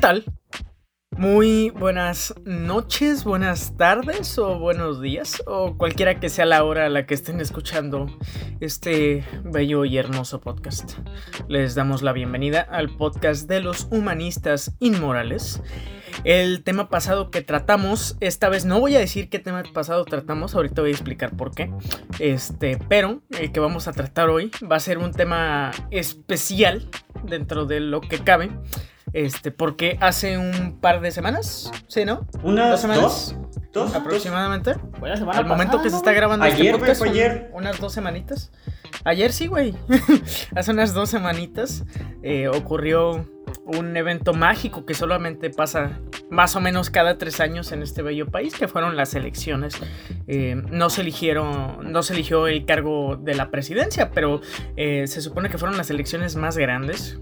tal? Muy buenas noches, buenas tardes o buenos días o cualquiera que sea la hora a la que estén escuchando este bello y hermoso podcast. Les damos la bienvenida al podcast de los humanistas inmorales. El tema pasado que tratamos, esta vez no voy a decir qué tema pasado tratamos, ahorita voy a explicar por qué. Este, pero el que vamos a tratar hoy va a ser un tema especial dentro de lo que cabe. Este, porque hace un par de semanas, ¿sí, no? ¿Dos Unas dos, semanas? dos, Aproximadamente. Ah, Fue la semana Al momento pasada, que se ¿no, está güey? grabando Ayer, este güey, podcast, fue un- ayer. unas dos semanitas. Ayer sí, güey. Hace unas dos semanitas eh, ocurrió un evento mágico que solamente pasa más o menos cada tres años en este bello país, que fueron las elecciones. Eh, no se eligieron, no se eligió el cargo de la presidencia, pero eh, se supone que fueron las elecciones más grandes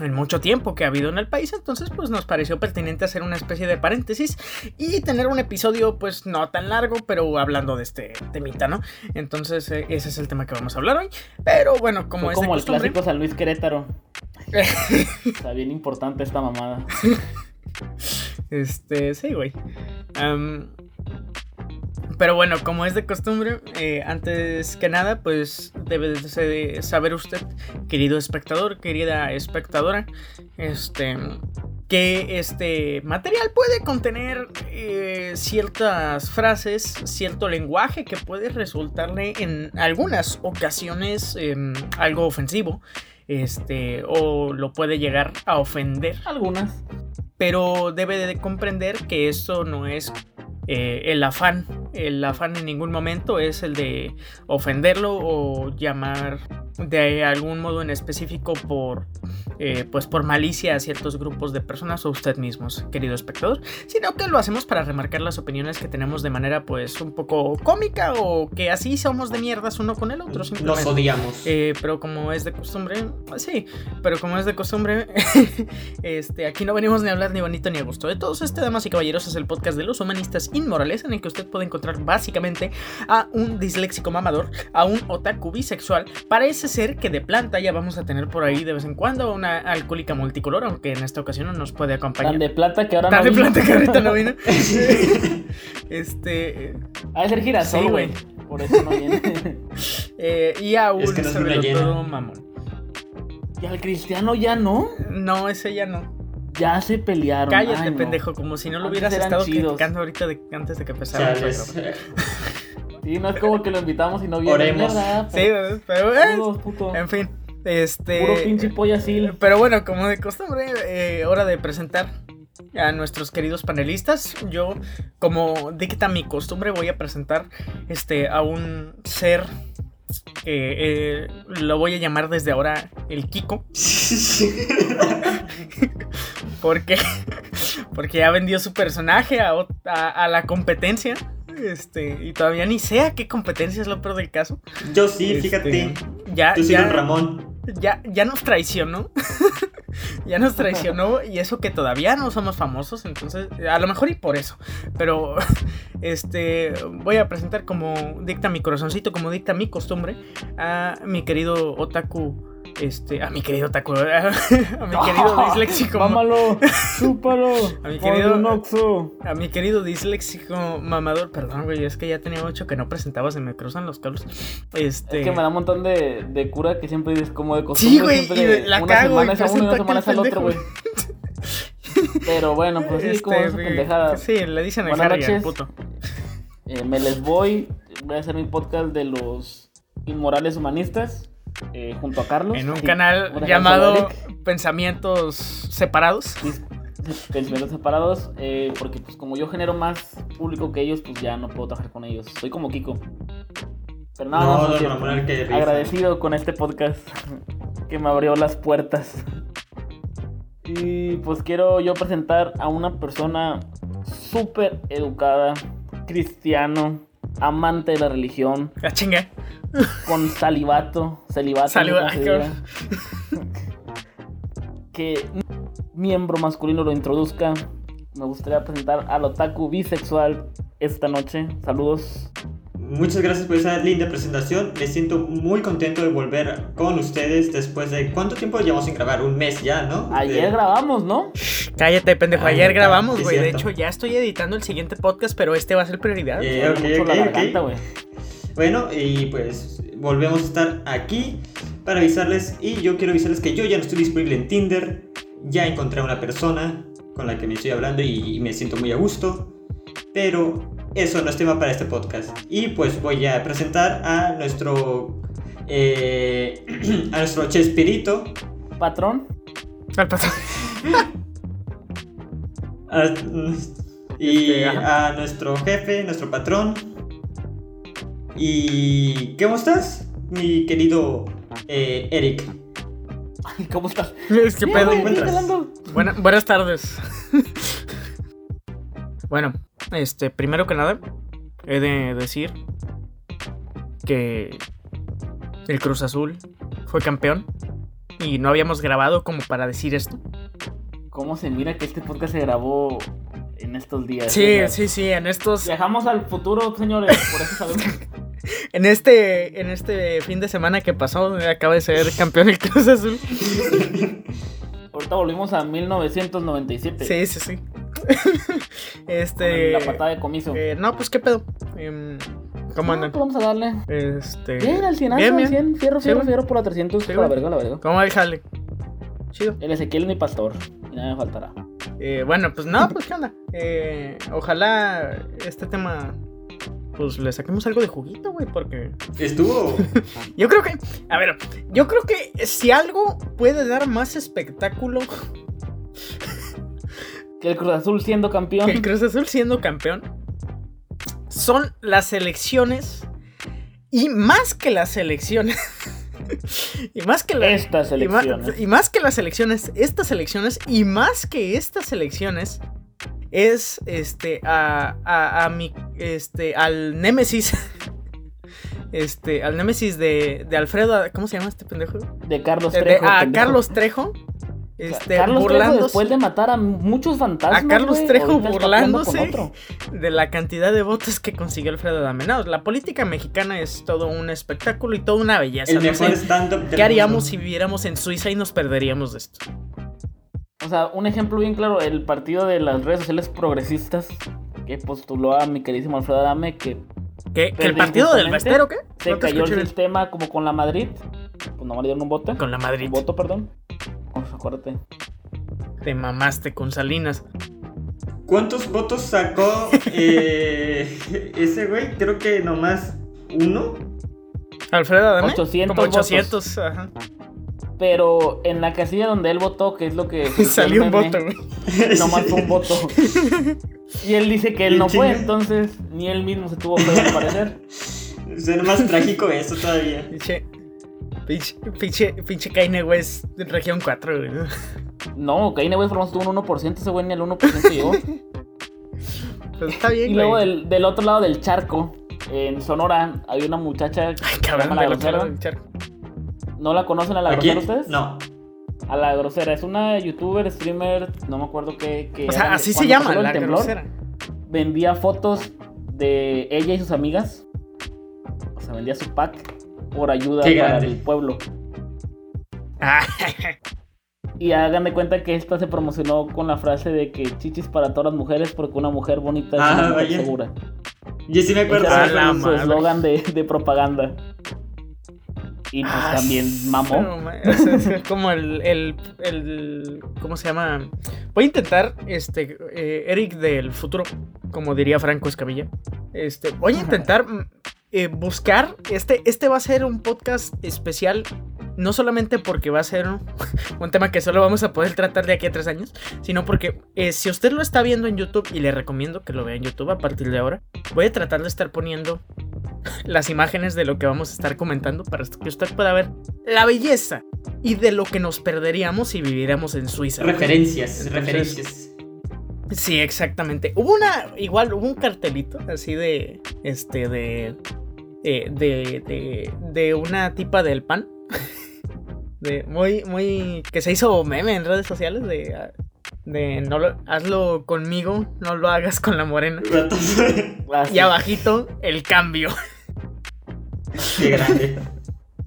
en mucho tiempo que ha habido en el país, entonces pues nos pareció pertinente hacer una especie de paréntesis y tener un episodio pues no tan largo, pero hablando de este temita, ¿no? Entonces eh, ese es el tema que vamos a hablar hoy, pero bueno, como Fue es de Pues como el costumbre, clásico San Luis Querétaro. Está bien importante esta mamada. Este, sí, güey. Am, pero bueno, como es de costumbre, eh, antes que nada, pues debe de saber usted, querido espectador, querida espectadora, este, que este material puede contener eh, ciertas frases, cierto lenguaje que puede resultarle en algunas ocasiones em, algo ofensivo, este, o lo puede llegar a ofender Algunas. pero debe de comprender que esto no es eh, el afán. El afán en ningún momento es el de ofenderlo o llamar de algún modo en específico por eh, pues por malicia a ciertos grupos de personas o usted mismos, querido espectador, sino que lo hacemos para remarcar las opiniones que tenemos de manera pues un poco cómica o que así somos de mierdas uno con el otro simplemente. Nos odiamos. Eh, pero como es de costumbre, sí, pero como es de costumbre, este, aquí no venimos ni a hablar ni bonito ni a gusto. De todos este, damas y caballeros, es el podcast de los humanistas inmorales en el que usted puede encontrar básicamente a un disléxico mamador, a un otaku bisexual. Parece ser que de planta ya vamos a tener por ahí de vez en cuando una alcohólica multicolor, aunque en esta ocasión no nos puede Tan acompañar. de plata que ahora Tan de no. vino. planta que ahorita no vino. este, Ha de ser Sí, girasol, güey. güey. Por eso no viene. eh, y aún Es que no es sobre luna llena. todo mamón. y al cristiano ya no. No, ese ya no. Ya se pelearon. Cállate, Ay, no. pendejo, como si no lo Antes hubieras eran estado chidos. criticando ahorita de- antes de que O sea, empezara. el les- programa. Sí, no es como que lo invitamos y no viene. Oremos. ¿verdad? Sí, ¿verdad? pero eh, Saludos, puto. en fin, este. Puro pinche polla sil. Pero bueno, como de costumbre, eh, hora de presentar a nuestros queridos panelistas. Yo, como dicta mi costumbre, voy a presentar este a un ser. que eh, lo voy a llamar desde ahora el Kiko. Porque, porque ya vendió su personaje a, ot- a- a la competencia. Este, y todavía ni sé a qué competencia es lo peor del caso. Yo sí, Este, fíjate. Ya, Yo soy ya- Don Ramón. ya, ya nos traicionó. ya nos traicionó y eso que todavía no somos famosos, entonces a lo mejor y por eso. Pero este voy a presentar como dicta mi corazoncito, como dicta mi costumbre a mi querido otaku este a mi querido otaku, a mi querido disléxico. Mámalo. Chúpalo. A mi ponle querido- un oxo. A mi querido disléxico mamador, perdón, güey, es que ya tenía ocho que no presentaba, se me cruzan los cables. Este Es que me da un montón de, de cura que siempre es como de Sí, costumbre. güey, siempre y de- la una cago y semana es a uno y una presento semana aquel es al otro, güey. Pero bueno, pues sí, como este, esa güey, pendejada. Sí, le dicen el Buenas Harry al noches. puto. Eh, me les voy. Voy a hacer mi podcast de los inmorales humanistas eh, junto a Carlos. en un Sí, canal por ejemplo, llamado Eric. Pensamientos Separados. Dis- pensamientos separados, eh, porque pues como yo genero más público que ellos, pues ya no puedo trabajar con ellos. Soy como Kiko. Pero nada No, más, Don sí, Ramón, el que rifa. agradecido con este podcast que me abrió las puertas. Y pues quiero yo presentar a una persona súper educada, cristiano, amante de la religión, La Ah, chinga. con salivato, celibato. Saliva- no sé cómo se diga. que un miembro masculino lo introduzca. Me gustaría presentar al otaku bisexual esta noche. Saludos. Muchas gracias por esa linda presentación. Me siento muy contento de volver con ustedes después de... ¿Cuánto tiempo llevamos sin grabar? Un mes ya, ¿no? Ayer De- grabamos, ¿no? Cállate, pendejo. Ay, Ayer no, grabamos, es güey. De cierto. hecho, ya estoy editando el siguiente podcast, pero este va a ser prioridad. Eh, ok, Duele mucho la ok, ok. garganta, güey. Bueno, y pues volvemos a estar aquí para avisarles. Y yo quiero avisarles que yo ya no estoy disponible en Tinder. Ya encontré a una persona con la que me estoy hablando y, y me siento muy a gusto. Pero eso no es tema para este podcast. Y pues voy a presentar a nuestro. eh, a nuestro Chespirito. Patrón. Al pasar. a- y Este, a nuestro jefe, nuestro patrón. ¿Y cómo estás, mi querido eh, Eric? Ay, ¿Cómo estás? Es que Bien, pedo. güey, encuentras? bien, jalando. Buena- buenas tardes. bueno, este, primero que nada, he de decir que el Cruz Azul fue campeón y no habíamos grabado como para decir esto. ¿Cómo se mira que este podcast se grabó en estos días? Sí, señor? sí, sí, en estos, Viajamos al futuro, señores, por eso sabemos. en este, en este fin de semana que pasó, acaba de ser campeón el Cruz Azul. Ahorita volvimos a 1997. Sí, sí, sí. con este, La patada de comiso. eh, no, pues qué pedo. Em, ¿Cómo Ah, andan? pues vamos a darle. Este, Bien, al 100, bien, al bien. 100. Fierro, Sí, fierro, güey. fierro por la 300. Sí, por la güey. verga, la verga. ¿Cómo va el jale? Chido. El Ezequiel es mi pastor. Y nada me faltará. Eh, bueno, pues no, pues qué onda. Eh, ojalá este tema, pues le saquemos algo de juguito, güey, porque Estuvo. yo creo que, a ver, yo creo que si algo puede dar más espectáculo Que el Cruz Azul siendo campeón. que el Cruz Azul siendo campeón, son las elecciones y más que las elecciones y más que las Estas eh, Y ma- y elecciones. más, que las elecciones, estas elecciones, y más que estas elecciones, es este a, a- a mi este al Némesis. Este, al Némesis de, de Alfredo, ¿cómo se llama este pendejo? De Carlos Eh, de- Trejo. a pendejo. Carlos Trejo. O sea, Este, Carlos Trejo burlándose después de matar a muchos fantasmas. A Carlos güey, Trejo ahorita está peleando con burlándose. otro. de la cantidad de votos que consiguió Alfredo Adame. No, la política mexicana es todo un espectáculo y toda una belleza. El no sé, mejor stand-up del ¿Qué haríamos si mundo. viviéramos en Suiza y nos perderíamos de esto? O sea, un ejemplo bien claro, el partido de las redes sociales progresistas que postuló a mi queridísimo Alfredo Adame, que ¿Qué? ¿Que Pero ¿El partido del injustamente Bastero qué? se No te cayó el escuché bien. sistema como con la Madrid. Pues nomás le dieron un voto. Con la Madrid. Un voto, perdón. Vamos, acuérdate. Te mamaste con Salinas. ¿Cuántos votos sacó eh, ese güey? Creo que nomás uno. Alfredo Adame. 800 Como votos. 800. Ajá. Pero en la casilla donde él votó, que es lo que... Salió un voto, güey. Nomás fue E, un voto. Y él dice que él no fue, Chinga. entonces ni él mismo se tuvo que desaparecer. Suena más trágico eso todavía. Pinche. Pinche, pinche, pinche Kanye West de región 4, güey. No, Kanye E West por lo menos tuvo un 1%, ese güey ni el 1% llegó. Pues está bien, Y luego güey. del, del otro lado del charco, en Sonora, hay una muchacha. que Ay, se llama cabrón, la del otro lado grosera. del charco. ¿No la conocen a la ¿A grosera quién? ustedes? No. A la grosera. Es una youtuber, streamer, no me acuerdo qué. qué O era, sea, así se cuando llama, pasó el la temblor, grosera. Vendía fotos de ella y sus amigas. O sea, vendía su pack por ayuda Qué para grande. el pueblo. Ah, Y hagan de cuenta que esta se promocionó con la frase de que chichis para todas las mujeres porque una mujer bonita es Ah, una mujer vaya. segura. Yo sí me Ese acuerdo. Ah, era la su- su madre. eslogan de, de propaganda. Y pues ah, también mamó. no, ma- es- es como el, el, el. ¿Cómo se llama? Voy a intentar, este. eh, Eric del futuro, como diría Franco Escamilla. Este, voy a intentar mm, eh, buscar. Este, este va a ser un podcast especial. No solamente porque va a ser un, un tema que solo vamos a poder tratar de aquí a tres años, sino porque eh, si usted lo está viendo en YouTube, y le recomiendo que lo vea en YouTube a partir de ahora, voy a tratar de estar poniendo las imágenes de lo que vamos a estar comentando para que usted pueda ver la belleza y de lo que nos perderíamos si viviéramos en Suiza. Ah, Referencias, Entonces- referencias. Sí, exactamente. Hubo una, igual hubo un cartelito así de, este, de, eh, de, de, de una tipa del pan. De, muy, muy, que se hizo meme en redes sociales de, ah, de no lo, hazlo conmigo, no lo hagas con la morena. What the fuck? Ah, sí. Y abajito, el cambio. Qué grande.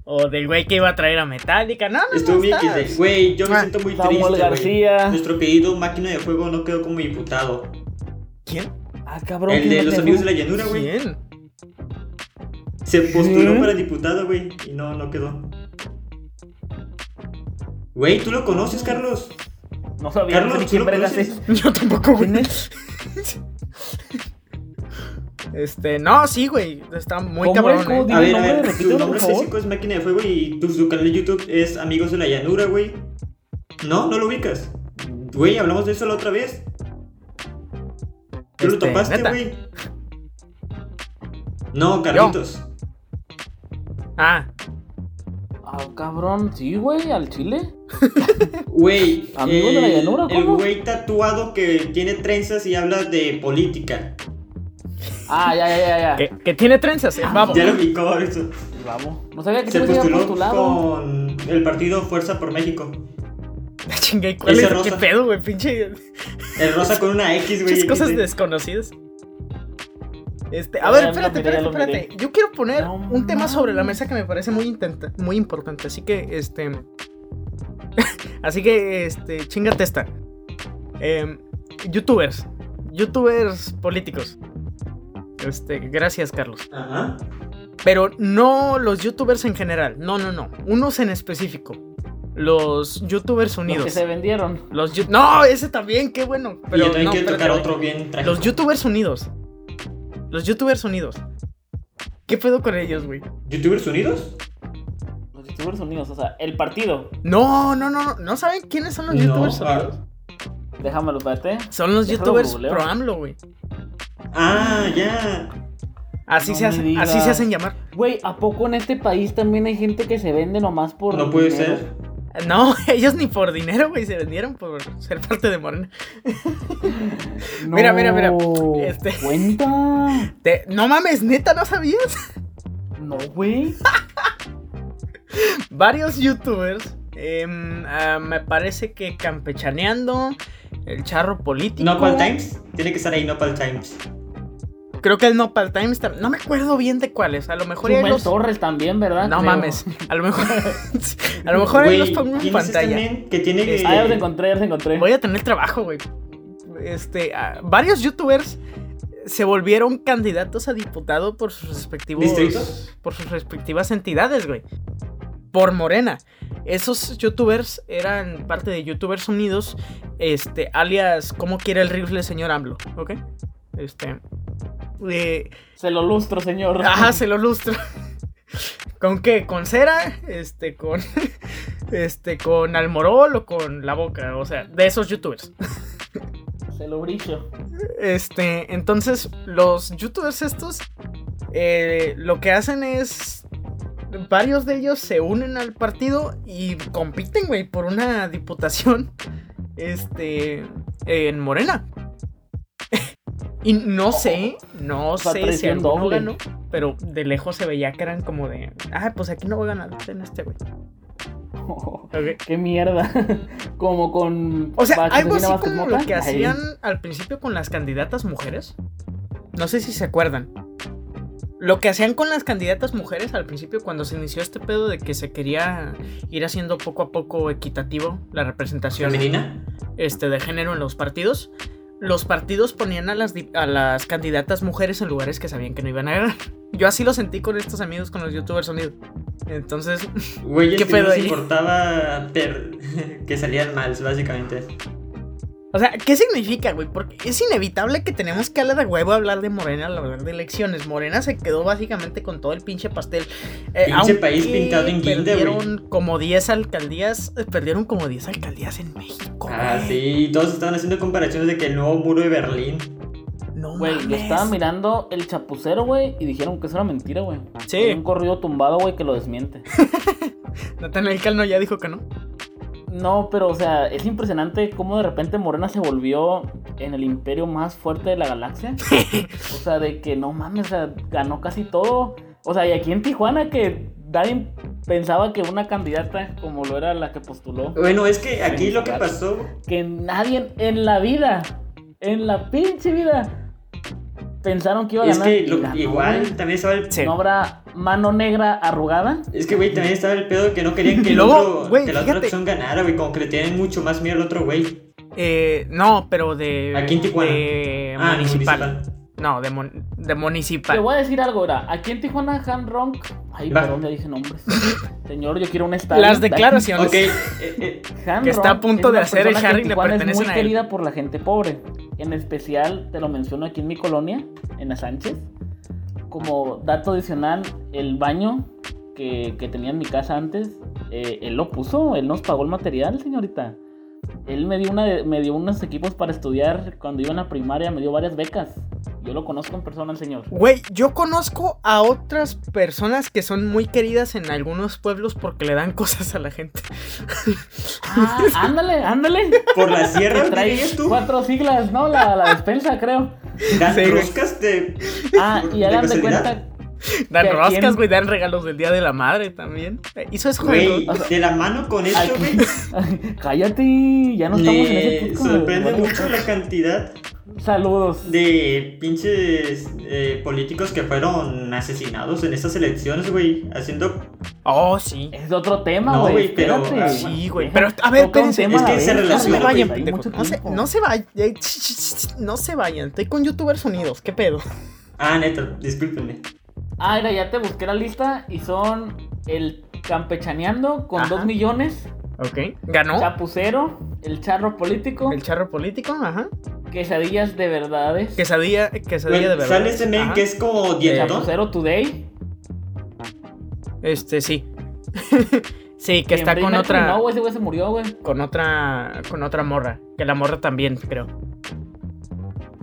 O del güey que iba a traer a Metallica. No, no, Estuvo no. bien que está. dice, güey, yo me Ah, siento muy Samuel triste, güey. García. Nuestro querido máquina de fuego no quedó como diputado. ¿Quién? Ah, cabrón. El ¿quién de lo los dejó? amigos de la llanura, güey. ¿Quién? Se postuló ¿Sí? para diputado, güey, y no, no quedó. Güey, tú lo conoces, Carlos. No sabía Carlos, no sé ni ¿tú quién lo vergas conoces? es. Yo tampoco, güey. ¿Quién Este, no, sí, güey. Está muy ¿Cómo cabrón. es? ¿Cómo eh. di- A ver, Dime el a nombre, ver, repítelo, su por nombre favor. físico es Máquina de Fuego y tu, su canal de YouTube es Amigos de la Llanura, güey. No, no lo ubicas. Güey, hablamos de eso la otra vez. Tú lo Este, topaste, ¿neta? güey. No, Carlitos. Ah, Ah, cabrón. Sí, güey, al chile. Güey, Amigos de la el- Llanura, el ¿cómo? güey tatuado que tiene trenzas y habla de política. Ah, ya, ya, ya. ya. Pues que, que tiene trenzas, eh, el babo. Ah, Ya lo ubicó eso. Vamos. No sabía que Se tú había postuló postulado. con el partido Fuerza por México. La chingue, ¿cuál Ese es? rosa. ¿Qué pedo, güey? Pinche. El rosa con una X, güey. Muchas aquí cosas dice. desconocidas. Este, a Ya, ver, ya lo espérate, miré, ya espérate, lo miré. espérate. Yo quiero poner No un tema sobre la mames. mesa que me parece muy, intenta- muy importante. Así que, este. así que, este, chingate esta. Em, youtubers. Youtubers políticos. Este, gracias, Carlos. Ajá. Pero no los youtubers en general. No, no, no. Unos en específico. Los youtubers Los unidos. que se vendieron. Los yu- No, ese también, qué bueno. Pero y yo también no, quiero espérate, tocar güey. otro bien trágico. Los youtubers unidos. Los youtubers unidos. ¿Qué pedo con ellos, güey? ¿Youtubers unidos? Los youtubers unidos. O sea, el partido. No, no, no, no. ¿No saben quiénes son los youtubers ah. unidos? Déjamelo, espérate. Son los Déjalo, youtubers googleo. pro AMLO, güey. Ah, ya. Así, No se me hacen, así digas. se hacen llamar. Güey, ¿a poco en este país también hay gente que se vende nomás por. No puede dinero? ser. No, ellos ni por dinero, güey, se vendieron por ser parte de Morena. No. Mira, mira, mira, este- Cuenta. Te- No mames, neta, ¿no sabías? No, güey. varios youtubers. em, ah, me parece que campechaneando. El charro político. ¿Nopal Times? Tiene que estar ahí Nopal Times. Creo que el Nopal Times. tam- No me acuerdo bien de cuáles. A lo mejor ahí Chumel los. Torres también, ¿verdad? No Creo. mames. A lo mejor. a lo mejor ahí los pongo en ¿quién es este pantalla. men que tiene... Ah, ya los encontré, ya los encontré. Voy a tener trabajo, güey. Este. ah, varios youtubers se volvieron candidatos a diputado por sus respectivos. ¿Distritos? Por sus respectivas entidades, güey. Por Morena. Esos youtubers eran parte de Youtubers Unidos. Este, alias, ¿cómo quiere el rifle, señor AMLO? ¿Ok? Este. eh, Se lo lustro, señor. Ajá, se lo lustro. ¿Con qué? ¿Con cera? Este, con. Este, con almorol o con la boca. O sea, de esos youtubers. Se lo brillo. Este, entonces, los youtubers estos. eh, lo que hacen es. Varios de ellos se unen al partido y compiten, güey, por una diputación. Este. En Morena. Y no sé, no Oh, O sea, sé si traición alguno doble. ganó, pero de lejos se veía que eran como de, ah, pues aquí no voy a ganar en este, güey. Ok. Qué mierda. Como con. O sea, Vázquez algo así Medina, Vázquez como lo Mota. que Ahí. hacían al principio con las candidatas mujeres. No sé si se acuerdan. Lo que hacían con las candidatas mujeres al principio cuando se inició este pedo de que se quería ir haciendo poco a poco equitativo la representación ¿Femenina? este, de género en los partidos. Los partidos ponían a las, di- a las candidatas mujeres en lugares que sabían que no iban a ganar. Yo así lo sentí con estos amigos, con los youtubers unidos. Entonces, Güey, ¿Qué que no pedo les ahí? importaba per- que salían mal, básicamente. o sea, ¿qué significa, güey? Porque es inevitable que tenemos que hablar de huevo, hablar de Morena, al hablar de elecciones. Morena se quedó básicamente con todo el pinche pastel. Eh, Pinche aunque país pintado en guinda, güey. Perdieron como 10 alcaldías, eh, perdieron como 10 alcaldías en México. Ah, güey. sí, todos estaban haciendo comparaciones de que el nuevo muro de Berlín. No Güey, yo mames. estaba mirando el chapucero, güey, y dijeron que eso era mentira, güey. Sí. Hay un corrido tumbado, güey, que lo desmiente. Natanael Calno ya dijo que no. No, pero, o sea, es impresionante cómo de repente Morena se volvió en el imperio más fuerte de la galaxia. O sea, de que no mames, o sea, ganó casi todo. O sea, y aquí en Tijuana que nadie pensaba que una candidata como lo era la que postuló, Bueno, es que aquí lo que claro. pasó que nadie en la vida, en la pinche vida, pensaron que iba a es ganar. que y lo- ganó, igual güey. también estaba el... Sí. No habrá mano negra arrugada. Es que, güey, también estaba el pedo que no querían que Y el luego, otro, güey, que la fíjate. otra opción ganara, güey. Como que le tienen mucho más miedo al otro, güey. Eh, no, pero de. Aquí en Tijuana. de Ah, Eh, municipal. municipal. No, de, mon- de Te municipal. voy a decir algo, ahora. Aquí en Tijuana, Han Ronk. Ay, Va. perdón, ya dije nombres. Señor, yo quiero un estadio. Las declaraciones. Ok, eh, eh, Han que está Ronk a punto es de una hacer el persona que Harry en le Tijuana pertenecen Es a muy él. querida por la gente pobre. En especial, te lo menciono aquí en mi colonia, en la Sánchez. Como dato adicional, el baño que, que tenía en mi casa antes, eh, él lo puso, él nos pagó el material, señorita. Él me dio, una, de- me dio unos equipos para estudiar cuando iba en la primaria, me dio varias becas. Yo lo conozco en persona, el señor. Güey, yo conozco a otras personas que son muy queridas en algunos pueblos porque le dan cosas a la gente. Ah, ándale, ándale. por la sierra, Te ¿qué trae dirías Ah, tú? cuatro siglas, ¿no? La, la despensa, creo. Dan Sí, güey. roscas de. Ah, y de hagan de casualidad. cuenta. Dan ¿Que a quién? roscas, güey, dan regalos del Día de la Madre también. Eh, Hizo eso, Güey, güey. o sea, de la mano con esto, aquí- güey. Cállate, ya no estamos en ese Me podcast. sorprende Bueno, mucho la cantidad Saludos. de pinches eh, políticos que fueron asesinados en estas elecciones, güey. Haciendo. Oh, sí. Es otro tema, No, güey. güey, pero- espérate. ah, Sí, güey. Pero, a ver, Toca un espérense. tema Es a que la se vez. No se relaciona, vayan, Hay pendejos. mucho No se, tiempo. no se vayan. Ey, sh- sh- sh- No se vayan. Estoy con youtubers unidos. ¿Qué pedo? Ah, neta, discúlpenme. Ah, mira, ya te busqué la lista y son el campechaneando con Ajá. 2 millones, Ok. Ganó chapucero, el charro político, el charro político. Ajá. quesadillas de verdades, Quesadilla, quesadilla de Güey, verdad. sale este men Ajá. que es como dietón. chapucero today. Este, sí. sí, que está Freddie con Mercury, otra. No, güey, ese güey se murió, güey. Con otra. Con otra morra. Que la morra también, creo.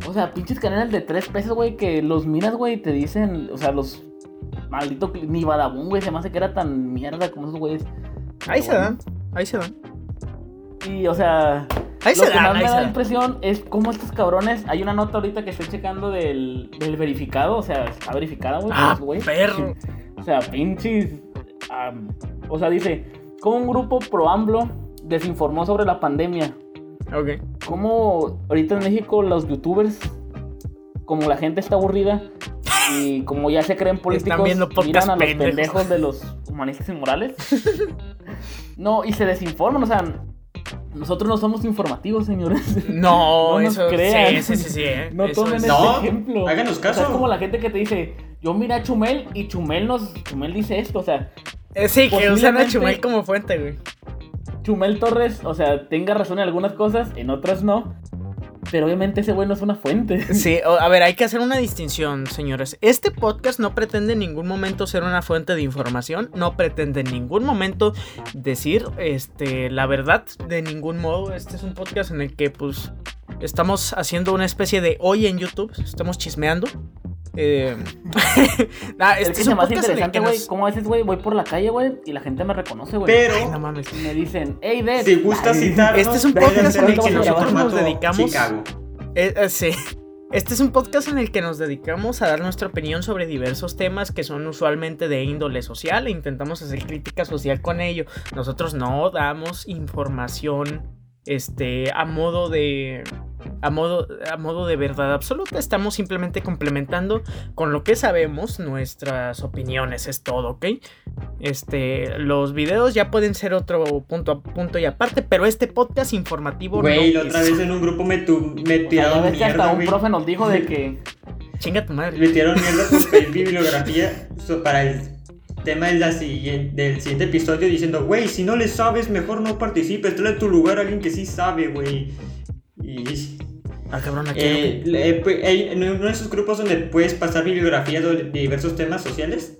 O sea, pinches canales de tres pesos, güey, que los miras, güey, y te dicen, o sea, los maldito cl- ni Badabun, güey, se me hace que era tan mierda como esos güeyes. Ahí Pero se bueno. dan. Ahí se dan. Y o sea, Ahí lo se que más dan. me Ahí se da dan. impresión es cómo estos cabrones, hay una nota ahorita que estoy checando del, del verificado, o sea, está verificada, güey, Ah, los güeyes. perro. O sea, pinches. am, o sea, dice, ¿cómo un grupo pro AMLO desinformó sobre la pandemia? Ok. ¿Cómo ahorita en México los youtubers, como la gente está aburrida y como ya se creen políticos, viendo podcast miran a los pendejos. pendejos de los humanistas inmorales? no, y se desinforman, o sea, nosotros no somos informativos, señores. No, No nos eso. crean. Sí, sí, sí, sí. eh. No Eso tomen es- este No, ejemplo. háganos O sea, caso. es como la gente que te dice, yo mira a Chumel y Chumel nos, Chumel dice esto, o sea, Eh, sí, que usan a Posiblemente- Chumel como fuente, güey. Chumel Torres, o sea, tenga razón en algunas cosas, en otras no. Pero obviamente ese güey no es una fuente. Sí, o- a ver, hay que hacer una distinción, señores. Este podcast no pretende en ningún momento ser una fuente de información, no pretende en ningún momento decir este, la verdad de ningún modo. Este es un podcast en el que pues estamos haciendo una especie de hoy en YouTube, estamos chismeando. Eh, nah, Es este que es se un me hace podcast en el interesante, que güey. nos- Como a veces, güey, voy por la calle, güey, y la gente me reconoce, güey. Ay, no Pero, mames. Y me dicen, hey, Dead. si gusta Ay, citarnos, Este es un pueden podcast hacer en el que el nosotros formato nos dedicamos. Chicago. Eh, eh, sí. Este es un podcast en el que nos dedicamos a dar nuestra opinión sobre diversos temas que son usualmente de índole social e intentamos hacer crítica social con ello. Nosotros no damos información este a modo de a modo a modo de verdad absoluta, estamos simplemente complementando con lo que sabemos nuestras opiniones, es todo, ¿ok? Este, los videos ya pueden ser otro punto a punto y aparte, pero este podcast informativo Güey, no la otra es. vez en un grupo me, tu- me O sea, ya tiraron ves que hasta mierda, un güey. profe nos dijo de que. Chinga tu madre. Le tiraron mierda por pedir mi bibliografía so- para el tema de la siguien- del siguiente episodio diciendo, güey, si no le sabes, mejor no participes, trae tu lugar a alguien que sí sabe, güey. Y... Ah, cabrón, aquí. eh, le- pues, hay- en uno de esos grupos donde puedes pasar bibliografía de de diversos temas sociales.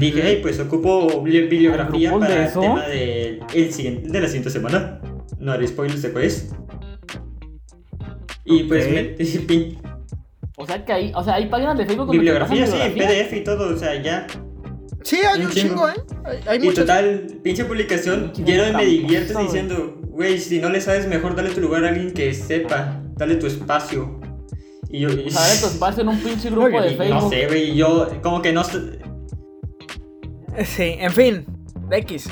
Dije, hey, pues ocupo bibli- bibliografía ¿Grupos de para el eso? tema de, el siguiente, de la siguiente semana. No haré spoilers después. Y pues Ok. me- pin- O sea, que hay, o sea, hay páginas de Facebook donde te pasan Bibliografía, sí, en bibliografía. PDF y todo, o sea, ya. Sí, hay un un chingo, chingo. ¿eh? Hay, hay Y muchos. total, pinche publicación Pinche lleno de me tramposo, diviertes güey. diciendo, güey, si no le sabes mejor, dale tu lugar a alguien que sepa, dale tu espacio. Y yo, O sea, esto vas en un pinche Muy grupo bien, de y no Facebook. sé, güey, y yo como que no sé- Sí, en fin. X.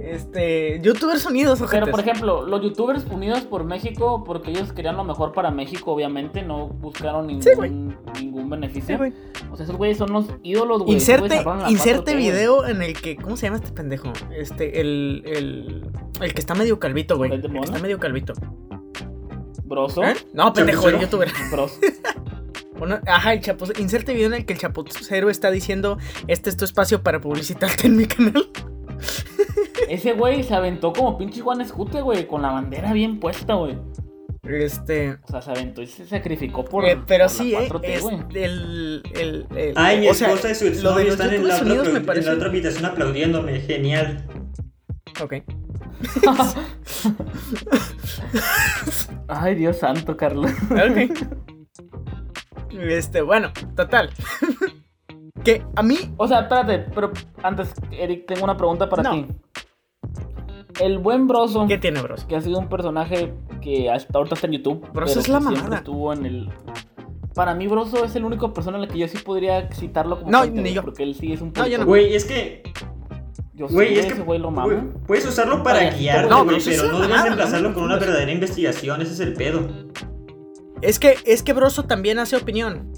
Este, youtubers unidos, ojetes. Pero por ejemplo, los youtubers unidos por México, porque ellos querían lo mejor para México, obviamente, no buscaron ningún, Sí, güey. ningún Sí, beneficio. güey. o sea, esos güeyes son los ídolos, güey. Esos güeyes inserte salvaron la inserte 4T, güey. video en el que. ¿Cómo se llama este pendejo? Este, el. El, el que está medio calvito, güey. ¿El El de que mono? está medio calvito. Broso. ¿Eh? No, pendejo, el Chapucero. youtuber. Broso. Bueno, ajá, el chapo. Inserte video en el que el chapucero está diciendo: Este es tu espacio para publicitarte en mi canal. Ese güey se aventó como pinche Juan Escute, güey, con la bandera bien puesta, güey. Este. O sea, se aventó y se sacrificó por. eh, pero por sí, la eh, 4T, es güey. el, el, el- Ay, mi o sea, esposa y su lo de exnovio los están en la, youtubers otra, unidos me en parece. la otra habitación aplaudiéndome. Genial. Ok. Ay, Dios santo, Carlos. Ok. Este, bueno, total. que a mí. O sea, espérate, pero antes, Eric, tengo una pregunta para No. ti. El buen Broso, ¿Qué tiene, bros? que ha sido un personaje que hasta ahorita está en YouTube. Broso es que la siempre mamada. Estuvo en el. Para mí, Broso es el único persona en la que yo sí podría citarlo como. No, fuente, ni güey, yo. Porque él sí es un. No, yo no. puto, Güey, es que. Yo Pues sí, Güey, es que. ese güey lo güey, mamo. puedes usarlo para Para- guiarte, No, güey, pero sí es pero no una debes mamada, reemplazarlo ¿no? con una verdadera investigación. Ese es el pedo. Es que, es que Broso también hace opinión.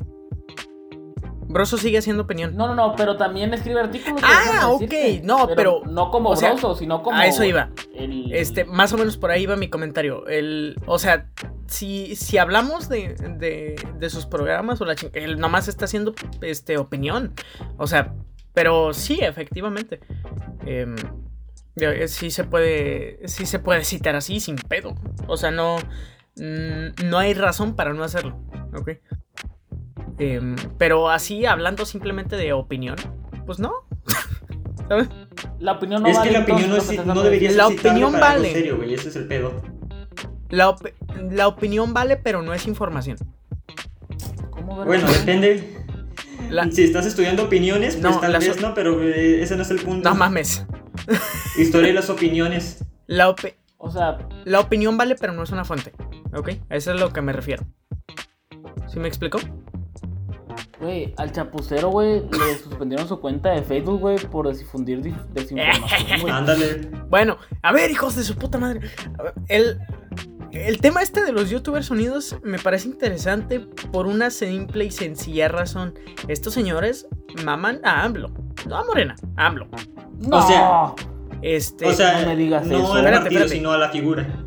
Broso sigue haciendo opinión. No, no, no, pero también escribe artículos. Ah, déjame ok, decirte. no, pero- No como o sea, Broso, sino como. a eso iba. el- Este, más o menos por ahí va mi comentario. El, o sea, si, si hablamos de, de, de sus programas o la ching- él nomás está haciendo este, opinión. O sea, pero sí, efectivamente. Em, yo- eh, sí se puede. Sí se puede citar así sin pedo. O sea, no. mm, no hay razón para no hacerlo. Ok. Em, pero así hablando simplemente de opinión. Pues no. ¿Sabes? La opinión no es que vale, la opinión no, entonces, es- estás no debería ser La citable opinión para algo vale. serio, güey. Ese es el pedo. La, op- la opinión vale, pero no es información. hablando- ¿Cómo verga? Bueno, depende. La- Si estás estudiando opiniones, pues No, tal las- vez no, pero eh, ese no es el punto. No mames. Historia de las opiniones. La, opi- O sea, la opinión vale, pero no es una fuente. ¿Ok? A eso es lo que me refiero. ¿Sí me explicó? güey, al chapucero, güey, le suspendieron su cuenta de Facebook, güey, por difundir dis- desinformación, güey. Ándale. Bueno, a ver, hijos de su puta madre. A ver, El, el tema este de los youtubers unidos me parece interesante por una simple y sencilla razón. Estos señores maman a AMLO. No a Morena, a AMLO. No. O sea- Este. o sea, no me digas no eso. al Espérate, partido, espérate. sino a la figura.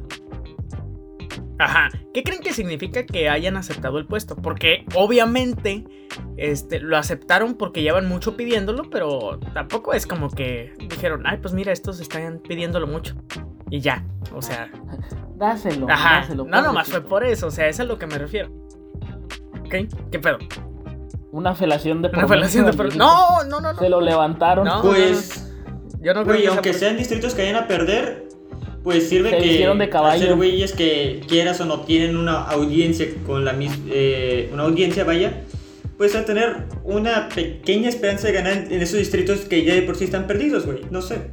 Ajá. ¿Qué creen que significa que hayan aceptado el puesto? Porque obviamente este, lo aceptaron porque llevan mucho pidiéndolo, pero tampoco es como que dijeron, ay, pues mira, estos están pidiéndolo mucho. Y ya, o sea, dáselo, ajá. dáselo. No, nomás fue pobrecito. por eso, o sea, eso es a lo que me refiero. ¿Ok? ¿Qué pedo? Una felación de Una por medio felación de al pro- viejito. No, no, no, Se no. lo levantaron. No, Pues. Yo no creo Güey, que sea aunque por- sean distritos que vayan a perder, pues sirve Se que vistieron de caballo. hacer güeyes que quieras o no tienen una audiencia con la misma, una audiencia vaya, pues a tener una pequeña esperanza de ganar en esos distritos que ya de por sí están perdidos, güey. No sé.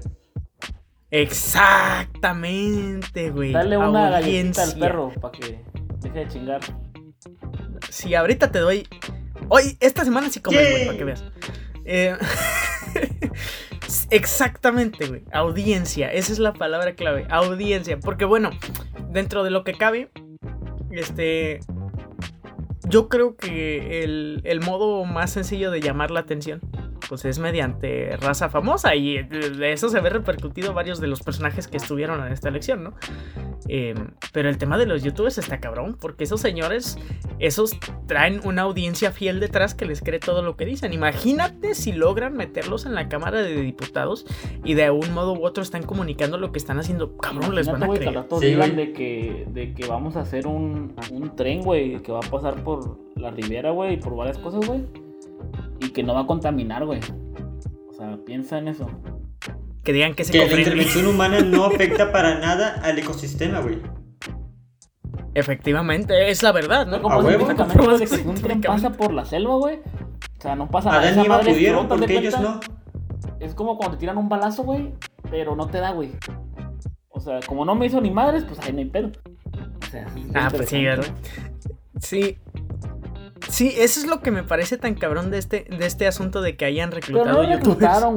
Exactamente, güey. Dale una galletita al Audiencia. perro para que deje de chingar. Sí, ahorita te doy. Hoy, esta semana sí comes, güey, Yay. para que veas. Eh, Exactamente, güey. Audiencia. Esa es la palabra clave. Audiencia. Porque, bueno, dentro de lo que cabe, este. Yo creo que el, el modo más sencillo de llamar la atención, pues es mediante raza famosa. Y de de eso se ve repercutido varios de los personajes que estuvieron en esta elección, ¿no? Eh, pero el tema de los youtubers está cabrón, porque esos señores, esos traen una audiencia fiel detrás que les cree todo lo que dicen. Imagínate si logran meterlos en la Cámara de Diputados y de un modo u otro están comunicando lo que están haciendo. Cabrón, les van a Imagínate, güey, que al creer. rato Sí, digan güey. de que, de que vamos a hacer un, un tren, güey, que va a pasar por la Riviera, güey, y por varias cosas, güey. Y que no va a contaminar, güey. O sea, piensa en eso. Que digan que se Que la cofren. intervención humana no afecta para nada al ecosistema, güey. Efectivamente, es la verdad, No, ¿no? como ¿A huevo? científicamente, güey, de que si un tren Científicamente. pasa por la selva, güey. O sea, no pasa nada. Adán Esa y Eva madre pudieron, explota, ¿te porque ellos cuenta? no. Es como cuando te tiran un balazo, güey, pero no te da, güey. O sea, como no me hizo ni madres, pues ahí no hay pedo. O sea, es Ah, pues sí, interesante. ¿verdad? Sí. Sí, eso es lo que me parece tan cabrón de este, de este asunto de que hayan Pero reclutado no youtubers. reclutaron,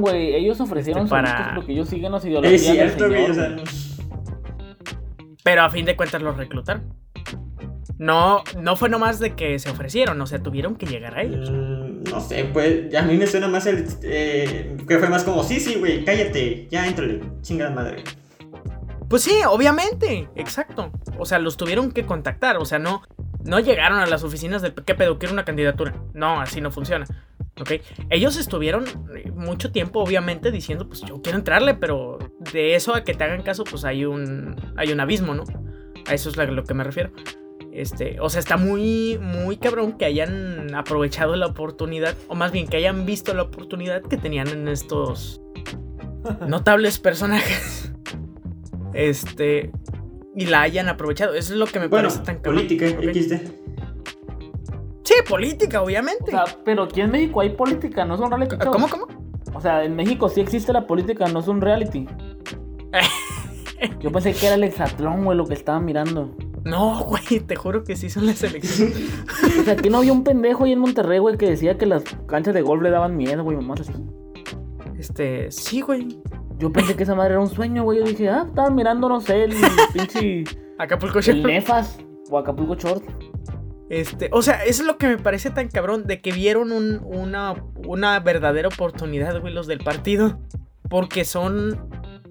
güey. Ellos ofrecieron Este, sus para- para... porque ellos siguen las ideologías. Es del cierto, güey. señor, O sea, güey. Pero a fin de cuentas los reclutaron. No, no fue nomás de que se ofrecieron, o sea, tuvieron que llegar a ellos. mm, no sé, pues a mí me suena más el. eh, que fue más como, sí, sí, güey, cállate, ya éntrale, chingada madre. Pues sí, obviamente, exacto. O sea, los tuvieron que contactar, o sea, no, no llegaron a las oficinas del... ¿Qué pedo? Quiero una candidatura. No, así no funciona. ¿Ok? Ellos estuvieron eh, mucho tiempo, obviamente, diciendo, pues yo quiero entrarle, pero de eso a que te hagan caso, pues hay un, hay un abismo, ¿no? A eso es a lo que me refiero. Este, o sea, está muy, muy cabrón que hayan aprovechado la oportunidad, o más bien que hayan visto la oportunidad que tenían en estos notables personajes. Este, y la hayan aprovechado. Eso es lo que me Bueno, parece tan cabrón. política, ¿ok? XD. Sí, política, obviamente. O sea, pero aquí en México hay política, no es un reality show. ¿Cómo, cómo? O sea, en México sí existe la política, no es un reality. Yo pensé que era el hexatlón, güey, lo que estaba mirando. No, güey, te juro que sí son las elecciones. O sea, que no había un pendejo ahí en Monterrey, güey, que decía que las canchas de golf le daban miedo, güey, mamás así. Este, sí, güey. Yo pensé que esa madre era un sueño, güey. Yo dije, ah, estaba mirando, no sé, el pinche. Acapulco El Shore. Nefas o Acapulco Short. Este, o sea, eso es lo que me parece tan cabrón, de que vieron un- una, una verdadera oportunidad, güey, los del partido. Porque son...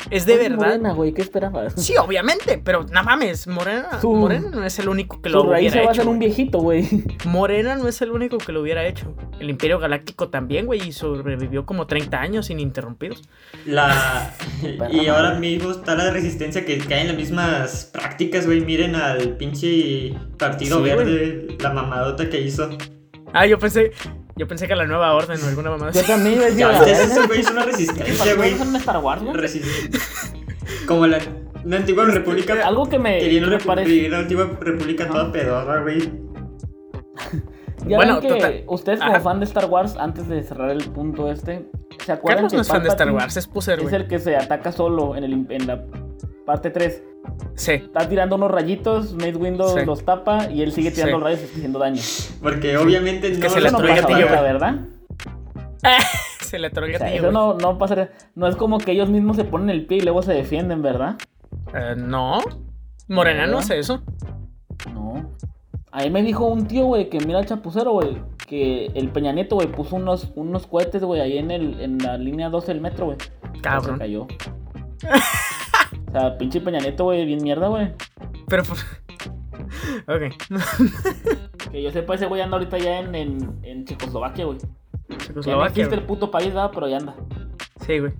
Es de Ay, verdad. Morena, güey, ¿qué esperabas? Sí, obviamente, pero no mames, Morena, Su- Morena no es el único que lo Su raíz hubiera se basa hecho. en un viejito, güey. Morena no es el único que lo hubiera hecho. El Imperio Galáctico también, güey, y sobrevivió como 30 años ininterrumpidos. La... y Perra ahora madre. mismo está la resistencia que cae en las mismas prácticas, güey. Miren al pinche partido Sí, verde, la mamadota que hizo. Ah, yo pensé, yo pensé que la nueva orden o alguna mamada. Yo también iba a decir, Ya, "A la ustedes verga, esos güey es una ¿qué resistencia, pasó? güey. ¿No son de Star Wars, güey? Resist- Como la, la antigua república. Algo que me, Queriendo que me parece. recuperar la antigua república toda pedorra, güey. Ya Bueno, ven que total. ustedes como Ajá. fan de Star Wars, antes de cerrar el punto este, ¿se acuerdan Carlos que no es fan de Star Palpatine Wars, es puser, Es güey. el que se ataca solo en, el, en la parte 3. Sí, Está tirando unos rayitos, Maze Windows Sí. los tapa y él sigue tirando Sí. los rayos y haciendo daño. Porque obviamente no. que se Eso le no atoró el pasa, gatillo, ¿verdad? güey. ¿verdad? se le atoró el O sea, gatillo, eso güey. no, no pasa. No es como que ellos mismos se ponen el pie y luego se defienden, ¿verdad? Eh, no. Morena no hace eso. No. Ahí me dijo un tío, güey, que mira el chapucero, güey, que el Peña Nieto, güey, puso unos, unos cohetes, güey, ahí en, el, en la línea 12 del metro, güey. Se Cabrón. cayó. o sea, pinche Peña Nieto, güey, bien mierda, güey. Pero pues. Ok. Que yo sepa, ese güey anda ahorita ya en, en, en Checoslovaquia, güey. Ya no Checoslovaquia. existe güey. el puto país, ¿verdad? Pero ya anda. Sí, güey.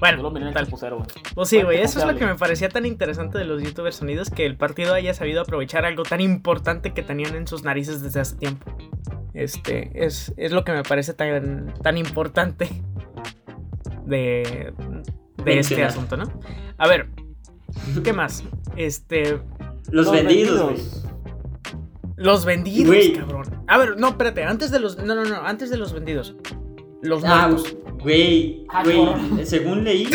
Yo lo miré en Bueno, el tal. chapucero, güey. Pues sí, güey. Eso es lo Responsable. que me parecía tan interesante de los youtubers unidos, que el partido haya sabido aprovechar algo tan importante que tenían en sus narices desde hace tiempo. Este, es, es lo que me parece tan, tan importante de, de este Mencionar. asunto, ¿no? A ver, ¿qué más? Este, Los, vendidos, güey. Los vendidos, Güey. cabrón. A ver, no, espérate, antes de los. No, no, no, antes de los vendidos. Los Ah, muertos. güey. Ah, Güey, eh, cabrón. según leí,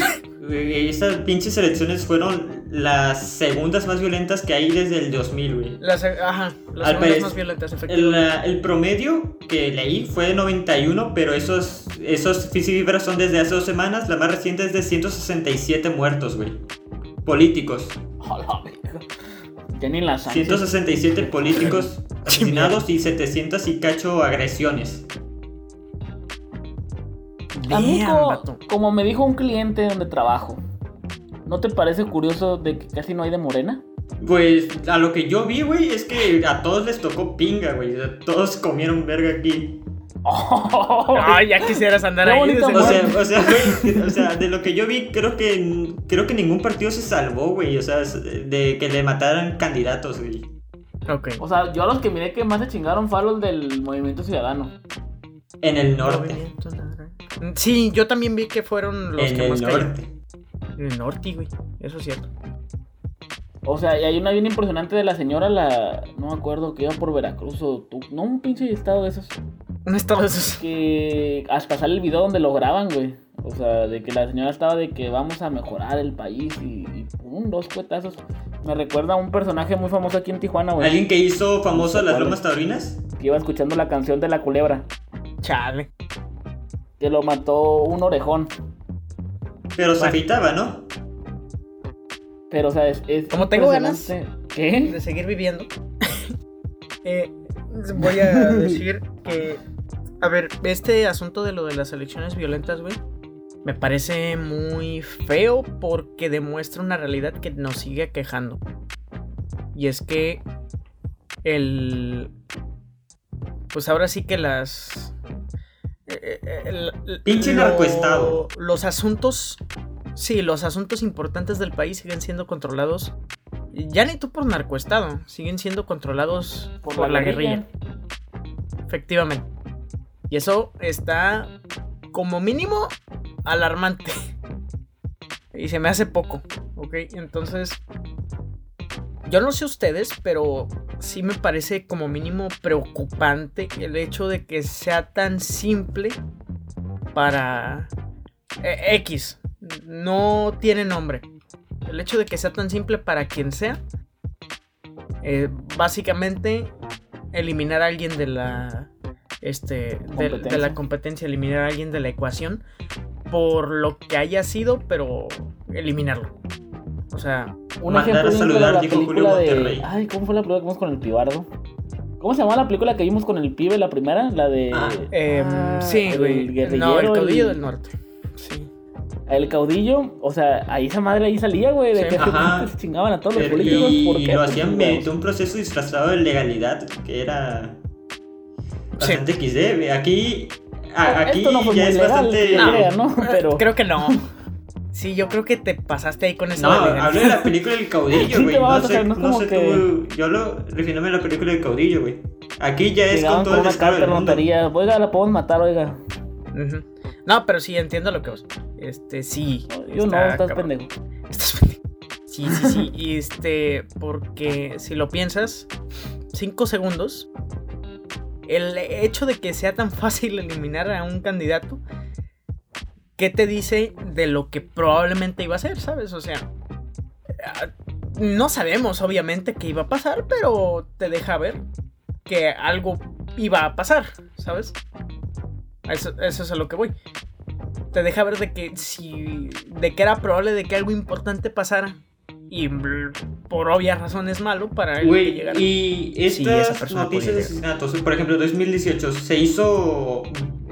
güey, esas pinches elecciones fueron las segundas más violentas que hay desde el 2000, güey. Las, ajá, las segundas Al parecer- más violentas, El, efectivamente. ah, el promedio que leí fue de 91, pero esos, esos fibras son desde hace dos semanas. La más reciente es de 167 muertos, güey. Políticos. Hola, verga. Ya ni en la Sánchez. 167 políticos asesinados y 700 y cacho agresiones. A mí Damn, como, vato. como me dijo un cliente donde trabajo, ¿no te parece curioso de que casi no hay de morena? Pues a lo que yo vi, güey, es que a todos les tocó pinga, güey. O sea, Todos comieron verga aquí. Oh, Ay, ya quisieras andar Qué ahí. bonito, desde- O ¿no? sea, o sea, güey, o sea, de lo que yo vi, creo que creo que ningún partido se salvó, güey. O sea, de que le mataran candidatos, güey. Ok. O sea, yo a los que miré que más se chingaron fue a los del Movimiento Ciudadano. En el norte. Movimiento naranja. Sí, yo también vi que fueron los En que el más cayeron. norte. En el norte, güey. Eso es cierto. O sea, y hay una bien impresionante de la señora, la no me acuerdo, que iba por Veracruz o tu- no, un pinche estado de esos. Un estado de esos. Que hasta sale el video donde lo graban, güey. O sea, de que la señora estaba de que vamos a mejorar el país y, y pum, dos cuetazos. Me recuerda a un personaje muy famoso aquí en Tijuana, güey. ¿Alguien que hizo famoso No sé las cuál lomas taurinas? que iba escuchando la canción de la culebra, Chale. que lo mató un orejón. Pero se afeitaba, ¿no? Pero, o sea, es. es Como tengo ganas. impresionante. ¿Qué? De seguir viviendo. Eh, voy a decir que. A ver, este asunto de lo de las elecciones violentas, güey. Me parece muy feo porque demuestra una realidad que nos sigue quejando. Y es que. El. Pues ahora sí que las. eh, eh, el- Pinche narcoestado. Los asuntos. Sí, los asuntos importantes del país siguen siendo controlados. Ya ni tú por narcoestado. Siguen siendo controlados por, la, guerrilla. Efectivamente. Y eso está como mínimo alarmante. Y se me hace poco. Ok, entonces. Yo no sé ustedes, pero sí me parece como mínimo preocupante el hecho de que sea tan simple para eh, X. No tiene nombre. El hecho de que sea tan simple para quien sea. eh, básicamente eliminar a alguien de la este de, de la Competencia. competencia, eliminar a alguien de la ecuación por lo que haya sido, pero eliminarlo. O sea, Un Mandar ejemplo a simple de saludar, la dijo Julio película Monterrey. de. Ay, ¿cómo fue la película que vimos con el pibardo? ¿Cómo se llamaba la película que vimos con el pibe, la primera? La de. Ah, em, Ah, sí, el güey. No, el guerrillero, caudillo el- del norte. Sí. El caudillo, o sea, ahí esa madre ahí salía, güey, de Sí. que hace Ajá. poquito se chingaban a todos los Pero- políticos. ¿por Eh, y qué? lo Pues, hacían chingados. mediante un proceso disfrazado de legalidad que era Sí. bastante XD. Aquí, a- aquí Esto no fue ya muy es legal, bastante. que No. crean, ¿no? Pero Creo que no. Sí, yo creo que te pasaste ahí con esa No, legalidad. hablo de la película del caudillo, Sí, güey. te no vas, o sé, sea, no es no como sé que- tú. Yo lo refinándome la película del caudillo, güey. Aquí ya es con todo llegaban con el una descaro carta de del mundo. notaría. Oiga, la podemos matar, oiga. Ujú. No, pero sí, entiendo lo que vos. Este, sí. Yo no, está estás cabrón. pendejo. Estás pendejo. Sí, sí, sí. Y este, porque si lo piensas, cinco segundos. El hecho de que sea tan fácil eliminar a un candidato, ¿qué te dice de lo que probablemente iba a ser, sabes? O sea, ah, no sabemos obviamente qué iba a pasar, pero te deja ver que algo iba a pasar, ¿sabes? A Eso, eso es a lo que voy te deja ver de que si de que era probable de que algo importante pasara y mm, por obvias razones malo para él que Güey, llegara. y Sí, esa estas persona podía noticias de llegar. asesinatos, por ejemplo, 2018, ¿se hizo,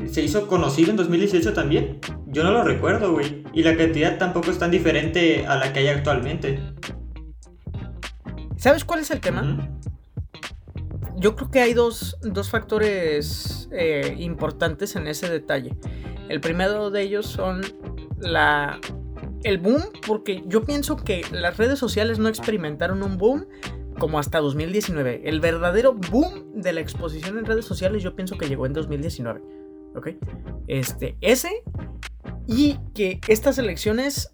¿se hizo conocido en 2018 también? Yo no lo recuerdo, güey. Y la cantidad tampoco es tan diferente a la que hay actualmente. ¿Sabes cuál es el tema? Ujú. Yo creo que hay dos, dos factores eh, importantes en ese detalle. El primero de ellos son la el boom, porque yo pienso que las redes sociales no experimentaron un boom como hasta 2019. El verdadero boom de la exposición en redes sociales yo pienso que llegó en 2019. ¿Ok? Este, ese y que estas elecciones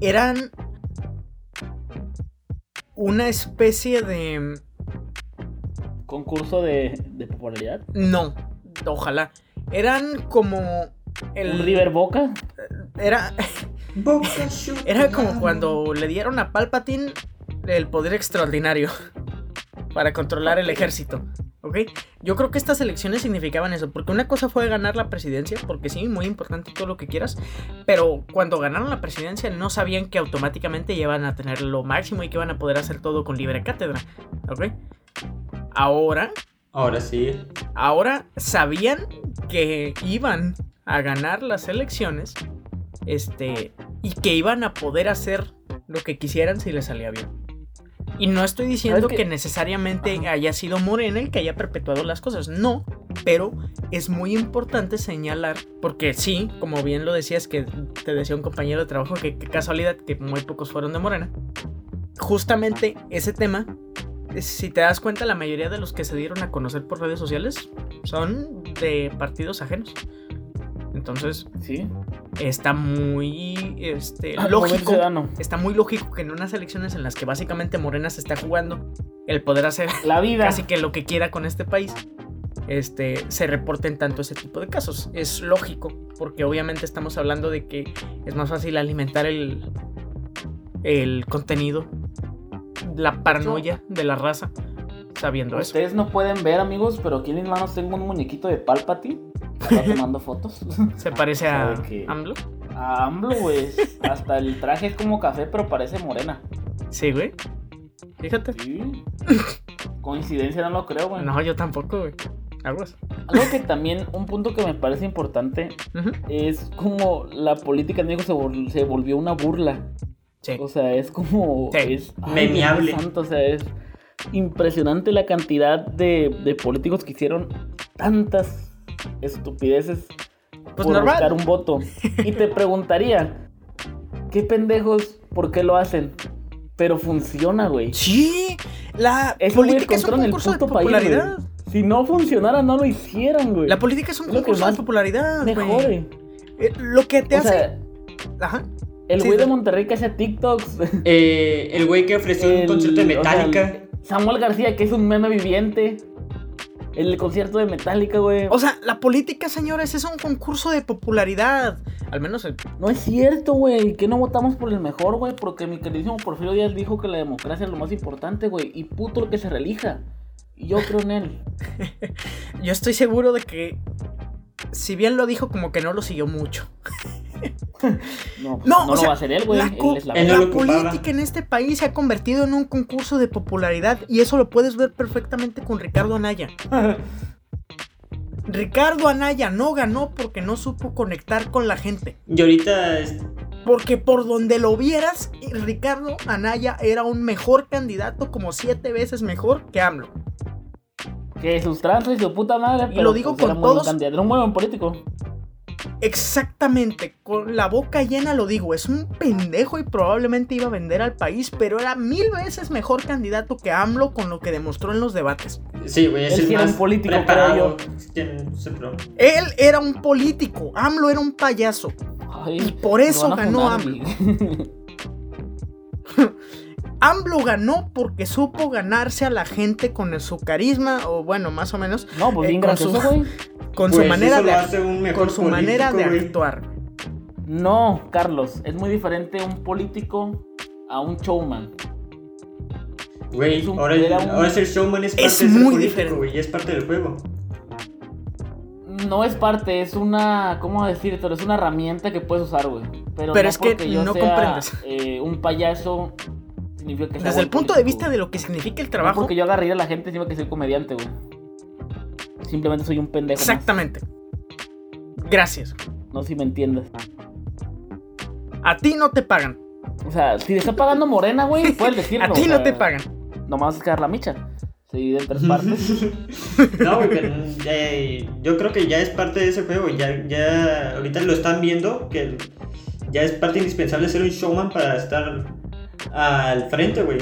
eran una especie de... Concurso de, de popularidad. No, ojalá. Eran como. El, Un River Boca. Era, Boca Shooter. era como cuando le dieron a Palpatine el poder extraordinario para controlar el ejército. ¿Ok? Yo creo que estas elecciones significaban eso. Porque una cosa fue ganar la presidencia, porque sí, muy importante todo lo que quieras. Pero cuando ganaron la presidencia, no sabían que automáticamente iban a tener lo máximo y que iban a poder hacer todo con libre cátedra. ¿Ok? Ahora Ahora sí. ahora sabían que iban a ganar las elecciones este y que iban a poder hacer lo que quisieran si les salía bien. Y no estoy diciendo que, que- necesariamente Ajá. haya sido Morena el que haya perpetuado las cosas, no, pero es muy importante señalar, porque sí, como bien lo decías, que te decía un compañero de trabajo, que qué casualidad, que muy pocos fueron de Morena, justamente ese tema si te das cuenta, la mayoría de los que se dieron a conocer por redes sociales son de partidos ajenos. Entonces, Sí. está muy este, Movimiento lógico. Ciudadano. Está muy lógico que en unas elecciones en las que básicamente Morena se está jugando el poder hacer La vida. casi que lo que quiera con este país, este, se reporten tanto ese tipo de casos. Es lógico, porque obviamente estamos hablando de que es más fácil alimentar el, el contenido, la paranoia de la raza. sabiendo eso. Ustedes no pueden ver, amigos, pero aquí en mis manos tengo un muñequito de Palpatine. Está tomando fotos. Se parece a ¿Sabe qué? AMLO. A AMLO, güey. Hasta el traje es como café, pero parece morena. Sí, güey. Fíjate. Sí. Coincidencia no lo creo, güey. No, yo tampoco, güey. Aguas. Algo que también, un punto que me parece importante Ujú. es como la política en México se, vol- se volvió una burla. Sí. O sea, es como. Sí. Es, Memeable. Dios santo, o sea, es impresionante la cantidad de, de políticos que hicieron tantas estupideces Pues por normal. buscar un voto. Y te preguntaría, ¿qué pendejos por qué lo hacen? Pero funciona, güey. Sí, la Es política es un el concurso de puto país. güey. popularidad. Si no funcionara, no lo hicieran, güey. La política es un Es lo que concurso de más popularidad, Me güey. jode. Eh, Lo que te O hace. sea, Ajá. el sí, güey de sí. Monterrey que hace TikToks. Eh, el güey que ofreció un El- concierto de o sea, Metallica. Samuel García, que es un meme viviente. El concierto de Metallica, güey. O sea, la política, señores, es un concurso de popularidad. Al menos el. No es cierto, güey. Que no votamos por el mejor, güey. Porque mi queridísimo Porfirio Díaz dijo que la democracia es lo más importante, güey. Y puto lo que se relija. Y yo creo en él. Yo estoy seguro de que. Si bien lo dijo, como que no lo siguió mucho. No, No, pues, no o lo sea, va a hacer él, güey. la Él co- es la Él no la lo ocupaba. política en este país se ha convertido en un concurso de popularidad y eso lo puedes ver perfectamente con Ricardo Anaya. Ricardo Anaya no ganó porque no supo conectar con la gente. Y ahorita es- Porque por donde lo vieras, Ricardo Anaya era un mejor candidato, como siete veces mejor que AMLO. Que sus tranzas y su puta madre. Y pero, lo digo pues, era con muy buen todos- candidato, Era un muy buen político. Exactamente, con la boca llena lo digo, es un pendejo y probablemente iba a vender al país, pero era mil veces mejor candidato que AMLO con lo que demostró en los debates. Sí, güey, es Él el sí era más un político, creo preparado. Quien se pro- Él era un político, AMLO era un payaso. Ay, Y por lo eso van a ganó funar, AMLO. güey. AMLO ganó porque supo ganarse a la gente con su carisma, o bueno, más o menos, No, pues Eh, bien con su- gracioso, güey. con Pues su manera eso de lo ac- hace un mejor con su político, manera de güey. actuar. No, Carlos. Es muy diferente un político a un showman. Güey, Es un- ahora, el- era un- ahora ser showman es parte Es de ser muy político, diferente. güey, y es parte del juego. No es parte, es una, ¿cómo decirte? Es una herramienta que puedes usar, güey. Pero, Pero no es que porque yo no sea, comprendes. eh, un payaso significa que sea Desde el buen punto de político, vista de güey. lo que significa el No trabajo, porque yo haga reír a la gente, sino que soy comediante, güey. Simplemente soy un pendejo. más. exactamente. Gracias. No sé si me entiendes. A ti no te pagan, O sea, si le está pagando Morena, güey, puedes decirlo. a ti o no sea, te pagan. Nomás es quedar la micha. Se divide en tres partes. no, güey, pero eh, yo creo que ya es parte de ese juego. Ya, ya ahorita lo están viendo que ya es parte indispensable ser un showman para estar al frente, güey.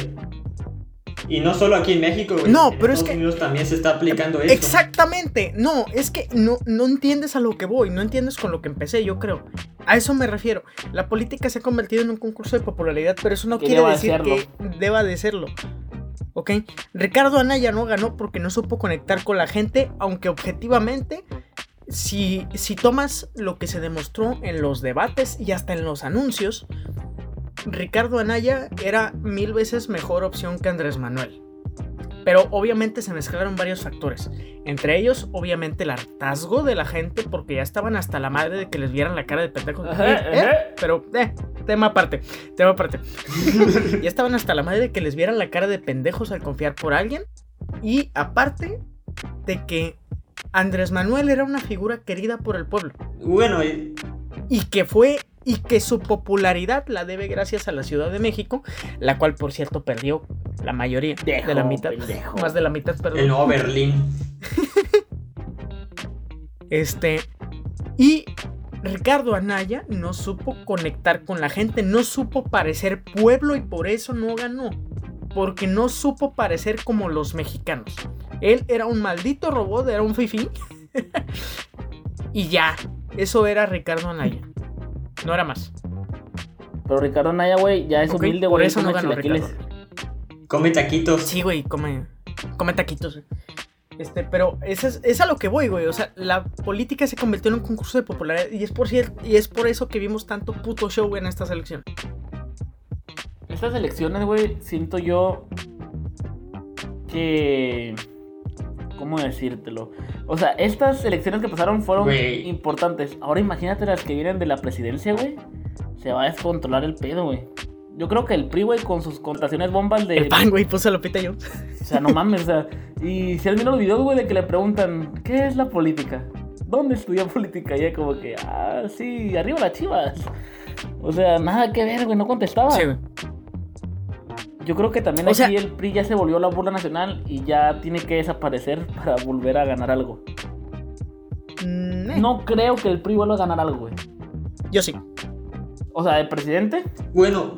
Y no solo aquí en México, güey. No, en pero es Estados que- Unidos también se está aplicando eso. Exactamente. No, es que no, no entiendes a lo que voy, no entiendes con lo que empecé, yo creo. A eso me refiero. La política se ha convertido en un concurso de popularidad, pero eso no Que quiere deba de decir serlo. que deba de serlo. ¿Ok? Ricardo Anaya no ganó porque no supo conectar con la gente, aunque objetivamente, si, si tomas lo que se demostró en los debates y hasta en los anuncios, Ricardo Anaya era mil veces mejor opción que Andrés Manuel. Pero obviamente se mezclaron varios factores. Entre ellos, obviamente, el hartazgo de la gente, porque ya estaban hasta la madre de que les vieran la cara de pendejos. Ajá, Eh, eh, ajá. Pero, eh, tema aparte, tema aparte. ya estaban hasta la madre de que les vieran la cara de pendejos al confiar por alguien. Y aparte de que Andrés Manuel era una figura querida por el pueblo. Bueno, y- Y que fue. Y que su popularidad la debe gracias a la Ciudad de México, la cual, por cierto, perdió la mayoría de la Dejo, mitad. pendejo. Más de la mitad, perdón. el nuevo Berlín. Este. Y Ricardo Anaya no supo conectar con la gente, no supo parecer pueblo y por eso no ganó. Porque no supo parecer como los mexicanos. Él era un maldito robot, era un fifí. y ya, eso era Ricardo Anaya. No era más. Pero Ricardo Anaya, güey, ya es ¿ok? humilde, por güey. eso no come ganó chilaquiles. Ricardo. Come taquitos. Sí, güey, come, come taquitos. güey. Este, pero esa es, es a lo que voy, güey. O sea, la política se convirtió en un concurso de popularidad y es por, cier- y es por eso que vimos tanto puto show en estas elecciones. Estas elecciones, güey, siento yo que... ¿Cómo decírtelo? O sea, estas elecciones que pasaron fueron Güey. importantes. Ahora imagínate las que vienen de la presidencia, güey. Se va a descontrolar el pedo, güey. Yo creo que el PRI, güey, con sus contaciones bombas de... El pan, güey, puso a Lupita Jones. O sea, no mames, o sea. Y si has visto los videos, güey, de que le preguntan, ¿qué es la política? ¿Dónde estudió política? Y ella como que, ah, sí, arriba las chivas. O sea, nada que ver, güey, no contestaba. Sí, güey. Yo creo que también O aquí sea- el PRI ya se volvió la burla nacional y ya tiene que desaparecer para volver a ganar algo. Mm, eh, No creo que el PRI vuelva a ganar algo, güey. Yo sí. O sea, el presidente, Bueno,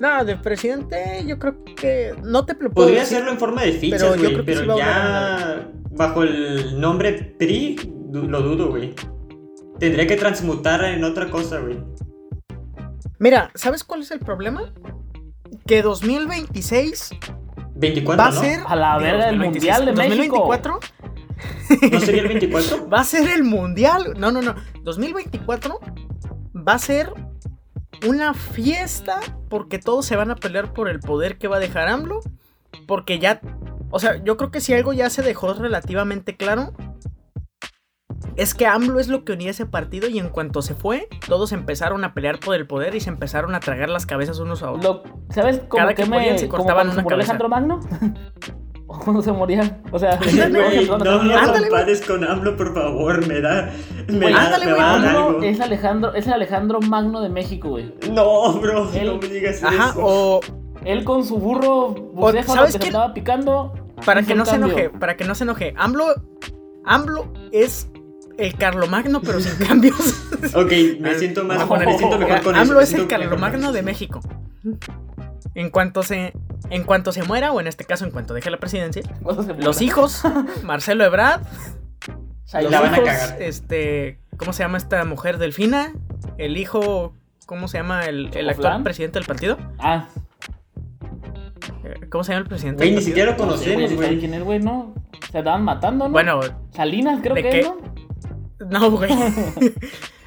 No, de presidente, yo creo que. No te lo puedo podría decir. hacerlo en forma de fichas, Pues Pero yo güey, creo que pero sí va a ya bajo el nombre PRI du- lo dudo, güey. Tendría que transmutar en otra cosa, güey. Mira, ¿sabes cuál es el problema? Que 2026 24, va a ¿no? ser. A la verga, el Mundial de México. 2024 ¿No sería el 24? va a ser el mundial. No, no, no. 2024 va a ser una fiesta porque todos se van a pelear por el poder que va a dejar AMLO. Porque ya, o sea, yo creo que si algo ya se dejó relativamente claro, es que AMLO es lo que unía ese partido y en cuanto se fue, todos empezaron a pelear por el poder y se empezaron a tragar las cabezas unos a otros. lo, ¿sabes cómo Cada que podían se cortaban como cuando se una cabeza. murió Alejandro Magno? ¿O cuando se moría? O sea, Güey, no Magno. lo Ándale, güey. compares con AMLO, por favor, me da. Me Güey, da, ándale, me güey, va a dar AMLO algo. es Alejandro, es el Alejandro Magno de México, güey. No, bro, no Él- me digas Ajá, eso. o Él con su burro bucéfalo ¿sabes que se quién? andaba picando. para hizo que un no se cambio. enoje, para que no se enoje. AMLO, AMLO es el Carlomagno pero sin cambios. Ok, me siento más. Ojo, me siento ojo, mejor con eso. AMLO me es el siento mejor con Carlomagno eso. de México. En cuanto se en cuanto se muera o en este caso en cuanto deje la presidencia, Cuando se los muera. hijos, Marcelo Ebrard, Ay, los los la van a hijos, cagar. este, ¿cómo se llama esta mujer Delfina? El hijo, ¿cómo se llama el, el actual ¿Ojalá? presidente del partido? Ah, Eh, ¿Cómo se llama el presidente? Del Güey, ni partido? siquiera lo no sé, güey, conocemos, ni saben güey. quién es, güey, no. Se andaban matando, ¿no? Bueno, Salinas, creo ¿de que qué? es, ¿no? no, güey.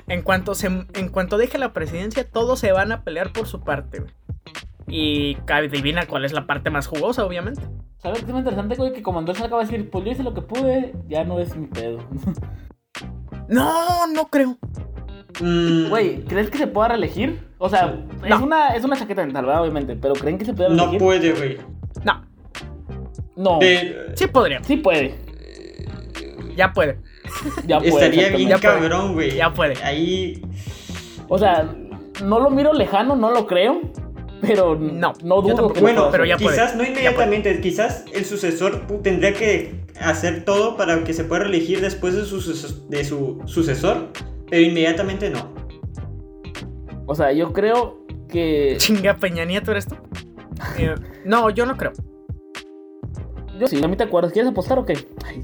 en cuanto se en cuanto deje la presidencia, todos se van a pelear por su parte, güey. Y adivina cuál es la parte más jugosa, obviamente. ¿Sabes qué es más interesante, güey? Que comandó se acaba de decir, pues yo hice lo que pude, ya no es mi pedo. No, no creo. Mm, Güey, ¿crees que se pueda reelegir? O sea, es, No. una, es una chaqueta mental, ¿verdad? Obviamente, pero ¿creen que se pueda No reelegir? puede, güey. No, no. Pero, sí podría. Sí puede. Ya puede. Ya puede. Estaría exactamente. bien Ya puede. cabrón, güey. Ya puede. Ahí. O sea, no lo miro lejano, no lo creo, pero No, no, yo no dudo tampoco. que Bueno, lo pero pueda ya hacer. quizás no puede. inmediatamente, quizás el sucesor pu- tendría que hacer todo para que se pueda reelegir después de su, suces- de su sucesor, pero inmediatamente no. O sea, yo creo que Chinga Peña Nieto eres tú. Eh, no, yo no creo. yo sí, a mí te acuerdas, ¿quieres apostar o qué? Ay.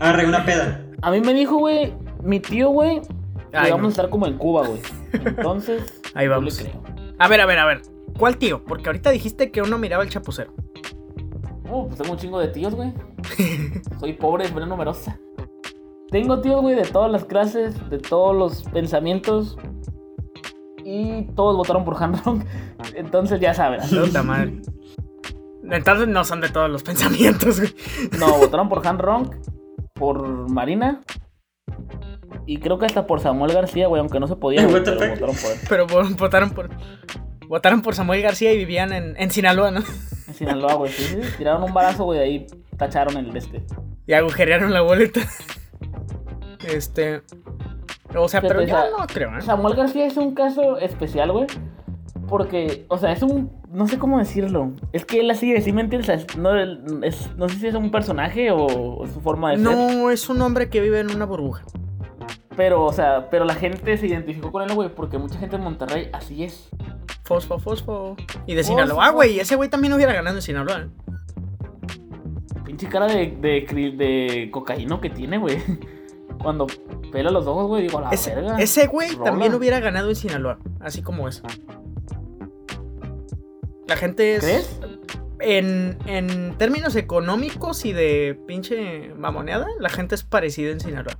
Arre, una peda. A mí me dijo, güey, mi tío, güey, que Ay, Pues vamos no. a estar como en Cuba, güey. Entonces, Ahí yo le vamos. creo. A ver, a ver, a ver. ¿Cuál tío? Porque ahorita dijiste que uno miraba el chapucero. Uh, pues tengo un chingo de tíos, güey. Soy pobre, pero numerosa. Tengo tíos, güey, de todas las clases, de todos los pensamientos. Y todos votaron por Hanrock. Entonces ya sabrás. Puta madre. Entonces no son de todos los pensamientos, güey. No, votaron por Han Ronk, por Marina. Y creo que hasta por Samuel García, güey, aunque no se podía. güey, What the pero fuck? votaron por él. Pero vo- votaron por. Votaron por Samuel García y vivían en, en Sinaloa, ¿no? En Sinaloa, güey. sí, sí, Tiraron un balazo, güey, de ahí tacharon el de este. Y agujerearon la boleta. Este. O sea, pero Fíjate, yo esa- no creo, ¿eh? Samuel García es un caso especial, güey. Porque, o sea, es un. No sé cómo decirlo. Es que él así, de sí me entiendes. o sea, es- No, el- es- no sé si es un personaje o, o su forma de ser. No es un hombre que vive en una burbuja. Pero, o sea, pero la gente se identificó con él, güey. Porque mucha gente en Monterrey así es. Fosfo, fosfo. Y de Fosfo, Sinaloa, güey. Ese güey también hubiera ganado en Sinaloa. ¿eh? Pinche cara de, de, cri- de cocaíno que tiene, güey. Cuando pela los ojos, güey, digo, a la Ese, verga. ese güey Rola. también hubiera ganado en Sinaloa, así como es. La gente es. ¿Crees? En, en términos económicos y de pinche mamoneada, la gente es parecida en Sinaloa.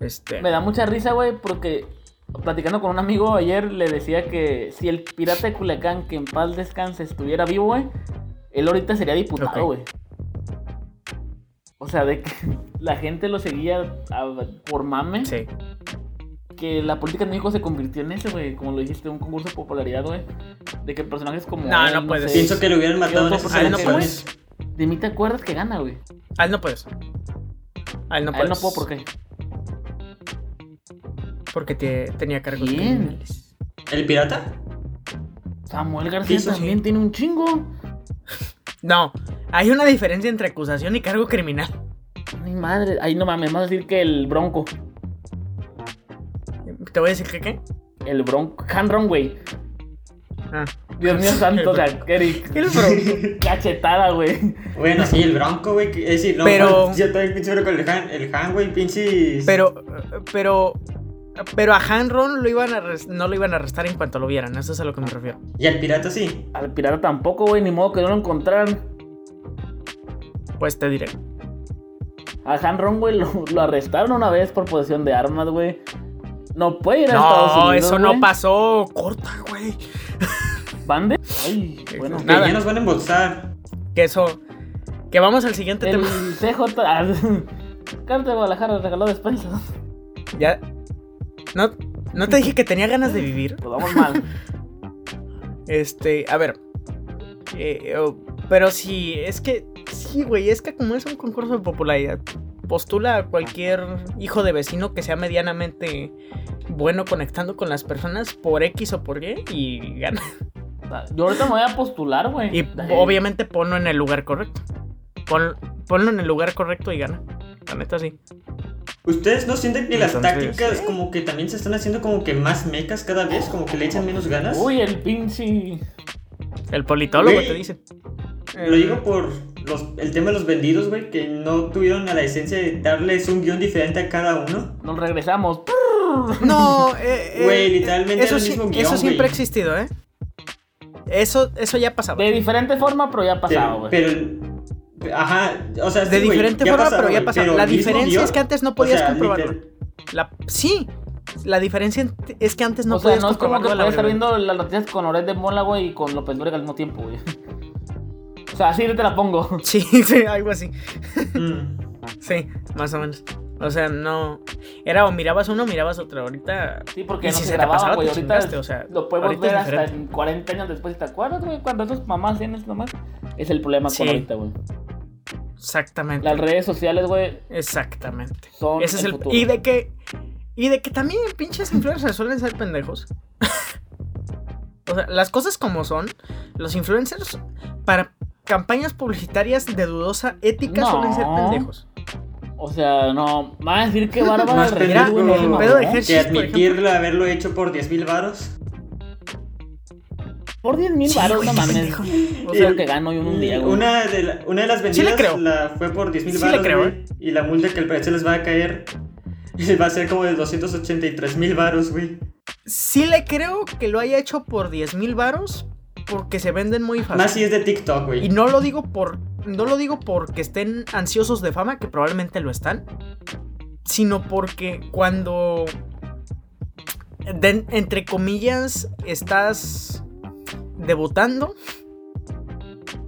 Este. Me da mucha risa, güey, porque platicando con un amigo ayer le decía que si el pirata de Culiacán, que en paz descanse, estuviera vivo, güey, Él ahorita sería diputado, Ok. güey. O sea, de que la gente lo seguía a- por mame. Sí. Que la política en México se convirtió en eso, güey. Como lo dijiste, un concurso de popularidad, güey. De que personajes como. No, no puede ser. Pienso que lo hubieran matado en otro esas Ah, él no puede. elecciones. De mí te acuerdas que gana, güey. Ah, él no puedes. Ah, él no No, puedes. pues, no puedo, ¿por qué? Porque te- tenía cargos ¿Quién? criminales. ¿El pirata? Samuel García Eso sí. también tiene un chingo. No, hay una diferencia entre acusación y cargo criminal. Mi madre. Ahí no mames, más decir que el Bronco. ¿Te voy a decir que qué? El Bronco. Hanron, güey. Ah. Dios mío santo, o sea, Eric. El bro. Cachetada, güey. Bueno, sí, el Bronco, güey. que- Es decir, no, Pero- man, yo también pinche con el Han, el Han, güey, pinches. Pero, pero, pero a Hanron lo iban a arres- no lo iban a arrestar en cuanto lo vieran. Eso es a lo que me refiero. Y al pirata sí. Al pirata tampoco, güey. Ni modo que no lo encontraran. Pues te diré. A Hanron, güey, lo, lo arrestaron una vez por posesión de armas, güey. No puede ir a Estados No, Unidos. eso no güey. pasó. Corta, güey. ¿Bande? Ay, bueno. Que Nada. ya nos van a embolsar. Que eso. Que vamos al siguiente El tema. CJ. ah, Carta de Guadalajara regaló despensas. Ya. No, no te dije que tenía ganas de vivir. Pues vamos mal. Este, a ver. Eh, oh, pero sí, es que. Sí, güey, es que como es un concurso de popularidad, postula a cualquier hijo de vecino que sea medianamente bueno conectando con las personas por X o por Y y gana. Yo ahorita me voy a postular, güey. Y Eh, obviamente ponlo en el lugar correcto. Pon- ponlo en el lugar correcto y gana. La neta sí. ¿Ustedes no sienten que las Entonces, tácticas ¿eh? como que también se están haciendo como que más mecas cada vez? Como que le echan menos ganas. Uy, el pinche. El politólogo Güey. te dice. Lo eh. digo por los, el tema de los vendidos, güey, que no tuvieron a la esencia de darles un guión diferente a cada uno. Nos regresamos. No, eh, eh, Güey, literalmente eso, era el sí- mismo guión, eso siempre güey. ha existido, ¿eh? Eso, eso ya pasaba. De diferente forma, pero ya pasaba, Pero, güey. pero el- ajá, o sea, sí, De güey, diferente ya forma, pasaba, pero ya güey, pasaba. la el mismo diferencia guión, es que antes no o podías sea, comprobarlo. liter- La, sí, la diferencia ent- es que antes no o sea, podías no es como que comprobarlo. a la puedes estar brevedad. viendo las noticias con Ored de Mola, güey, y con López Dóriga al mismo tiempo, güey. O sea, así te la pongo. Sí, sí, algo así. Mm. Sí, más o menos. O sea, no. Era o mirabas uno o mirabas otro. Ahorita. Sí, porque Y no si se, se te grababa, pasaba, güey. te Ahorita chingaste, o sea, lo podemos ahorita ver es hasta en 40 años después. ¿Te acuerdas, güey? Cuando esos mamás hacían eso nomás. Es el problema Sí. con ahorita, güey. Exactamente. Las redes sociales, güey, Exactamente. son Ese es el. futuro. Y de que. Y de que también pinches influencers suelen ser pendejos. o sea, las cosas como son, los influencers para campañas publicitarias de dudosa ética suelen ser No. pendejos. O sea, no, me va a decir que Bárbara Más de Regil, Mira, güey, no es el pendejo pedo de mamón. que Hershey's, por admitirlo haberlo hecho por 10 mil varos. Por 10 mil Sí, baros, güey, no mames. pendejo. O sea, El- que gano yo en un día, güey. Una de, la- una de las vendidas Sí le creo. La fue por 10 mil Sí le varos. creo, güey, eh. Y la multa que al parecer les va a caer va a ser como de 283 mil varos, güey. Sí le creo que lo haya hecho por 10 mil varos porque se venden muy fácil. Más si es de TikTok, Ah, Y güey. no lo digo por no lo digo porque estén ansiosos de fama, que probablemente lo están, sino porque cuando den- entre comillas estás debutando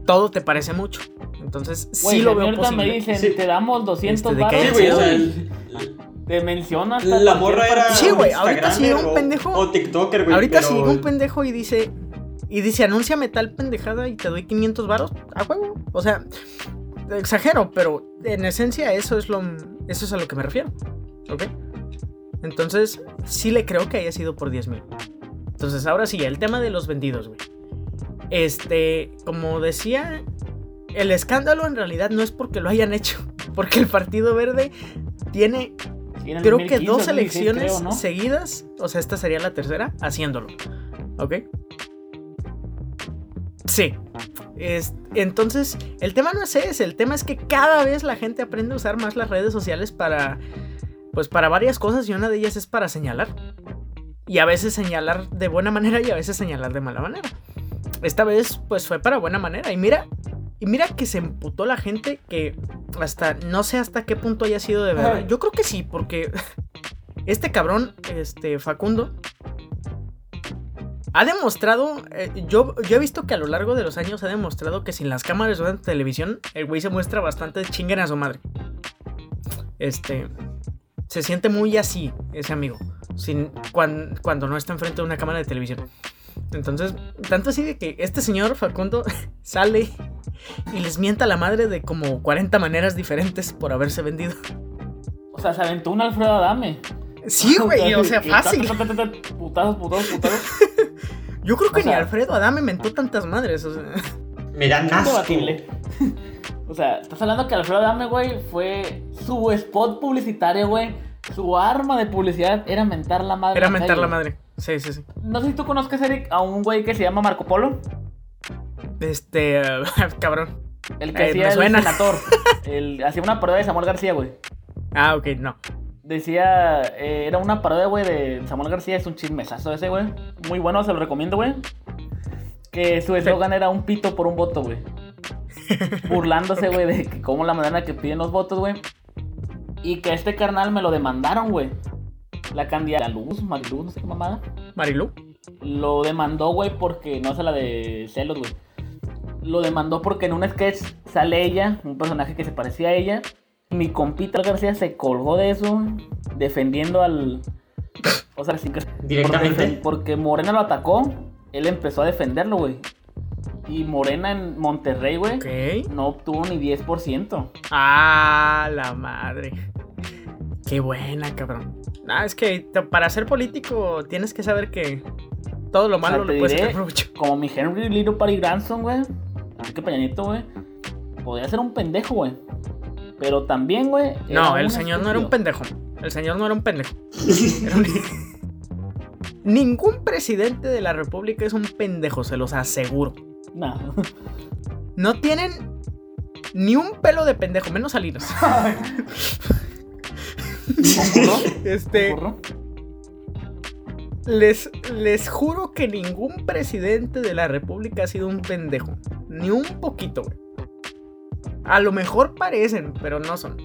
todo te parece mucho. Entonces Güey, sí lo si a mí veo ahorita posible. me dicen, Sí. te damos 200 Este, de que baros, Sí, haya güey, o sea, Sí, el- te mencionas. la morra era. Sí, güey, un ahorita sí, Instagramer un o- pendejo. O TikToker, güey. Ahorita pero- si llega un pendejo y dice y dice, "Anúnciame tal pendejada y te doy 500 varos." A huevo. O sea, exagero, pero en esencia eso es lo eso es a lo que me refiero. ¿Ok? Entonces, sí le creo que haya sido por 10 mil. Entonces, ahora sí, el tema de los vendidos, güey. Este, como decía, el escándalo en realidad no es porque lo hayan hecho, porque el Partido Verde tiene creo que dos elecciones seguidas, o sea, esta sería la tercera, haciéndolo. ¿Ok? Sí. Es- entonces, el tema no es ese, el tema es que cada vez la gente aprende a usar más las redes sociales para, pues, para varias cosas y una de ellas es para señalar. Y a veces señalar de buena manera y a veces señalar de mala manera. Esta vez, pues, fue para buena manera. Y mira, y mira que se emputó la gente que hasta, no sé hasta qué punto haya sido de verdad. Yo creo que sí, porque este cabrón, este Facundo, Ha demostrado, eh, yo, yo he visto que a lo largo de los años ha demostrado que sin las cámaras o en televisión, el güey se muestra bastante chinguen a su madre. Este, se siente muy así ese amigo, sin, cuan- cuando no está enfrente de una cámara de televisión. Entonces, tanto así de que este señor Facundo sale y les mienta a la madre de como 40 maneras diferentes por haberse vendido. O sea, se aventó un Alfredo Adame. Sí, güey, o sea, que- fácil. ta, ta, ta, ta, ta, Putazos, putazos, putazos. Yo creo que O ni sea- Alfredo Adame mentó tantas madres. o sea. Me dan asco. Debatible. O sea, estás hablando que Alfredo Adame, güey, fue su spot publicitario, güey. Su arma de publicidad era mentar la madre. Era en la mentar la calle. madre. Sí, sí, sí. No sé si tú conozcas, Eric, a un güey que se llama Marco Polo. Este, ah, cabrón. El Eh, que me hacía el suena. senador. El- hacía una parodia de Samuel García, güey. Ah, ok, no. Decía, eh, era una parodia, güey, de Samuel García, es un chismesazo ese, güey. Muy bueno, se lo recomiendo, güey. Que su eslogan era un pito por un voto, güey. Burlándose, güey, de que cómo la manera que piden los votos, güey. Y que este carnal me lo demandaron, güey. La candidata Luz, Mariluz, no sé qué mamada. Marilu. Lo demandó, güey, porque no es la de celos, güey. Lo demandó porque en un sketch sale ella, un personaje que se parecía a ella. Mi compita García se colgó de eso, defendiendo al. O sea, sin que. Directamente. Porque, porque Morena lo atacó, él empezó a defenderlo, güey. Y Morena en Monterrey, güey, Ok. no obtuvo ni 10%. Ah, la madre. Qué buena, cabrón. Ah, es que t- para ser político tienes que saber que todo lo malo O sea, Ah, te lo puedes diré- sacar provecho. Como mi Henry Little Party Granson, güey. Así que Peñanito, güey. Podría ser un pendejo, güey. Pero también, güey. era No, el un señor no era un estúpido. pendejo. El señor no era un pendejo. Era un- Ningún presidente de la República es un pendejo, se los aseguro. No. No tienen ni un pelo de pendejo, menos Salinas. ¿Ocurrió? Este, ¿Ocurrió? les, les juro que ningún presidente de la República ha sido un pendejo. Ni un poquito, güey. A lo mejor parecen, pero no son.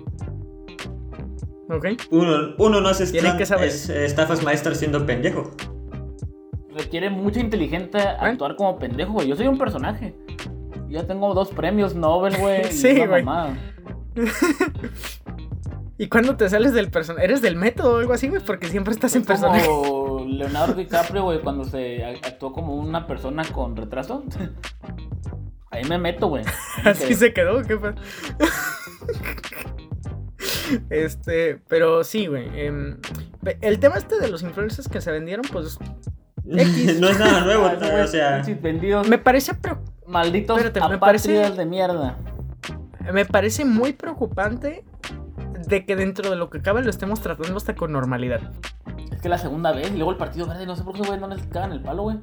¿Ok? Uno, uno no hace Tienen estra- que saber. es- estafas maestras siendo pendejo. Requiere mucha inteligencia Bueno. actuar como pendejo, güey. Yo soy un personaje. Yo tengo dos premios Nobel, güey. y Sí, una güey. mamada. ¿Y cuando te sales del personaje? ¿Eres del método o algo así, güey? Porque siempre estás en Es personaje. como Leonardo DiCaprio, güey, cuando se a- actuó como una persona con retraso. Ahí me meto, güey. Ahí me Así quedé. se quedó, qué pedo? Este, pero sí, güey. em, pe- el tema este de los influencers que se vendieron, pues X. no es nada nuevo, Ah, ese güey, o sea. pinches vendidos, me parece preo- malditos Espérate, me apátridas parece- de mierda. me parece muy preocupante de que dentro de lo que cabe lo estemos tratando hasta con normalidad. Es que la segunda vez, y luego el Partido Verde, no sé por qué, güey, no les cagan el palo, güey.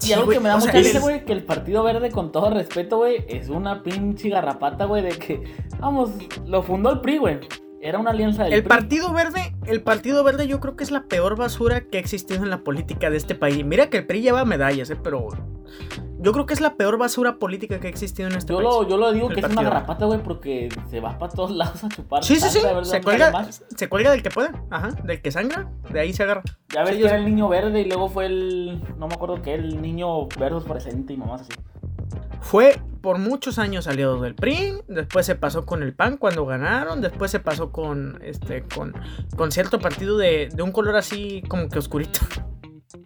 Y Sí, algo güey, que me da o mucha sea, risa, es- güey, que el Partido Verde, con todo respeto, güey, es una pinche garrapata, güey, de que, vamos, lo fundó el PRI, güey. Era una alianza del El PRI. Partido Verde, el Partido Verde yo creo que es la peor basura que ha existido en la política de este país. Mira que el PRI lleva medallas, eh, pero yo creo que es la peor basura política que ha existido en este Yo país. lo, yo lo digo El que es partido. una garrapata, güey, porque se va para todos lados a chupar. Sí, sí, sí. sangre, a ver Se dónde cuelga, más. se cuelga del que puede. Ajá. Del que sangra. De ahí se agarra. Ya ves Sí, que yo- era el niño verde y luego fue el. No me acuerdo qué, el niño versus presente y mamás así. Fue por muchos años aliado del PRI. Después se pasó con el PAN cuando ganaron. Después se pasó con este con, con cierto partido de, de un color así como que oscurito.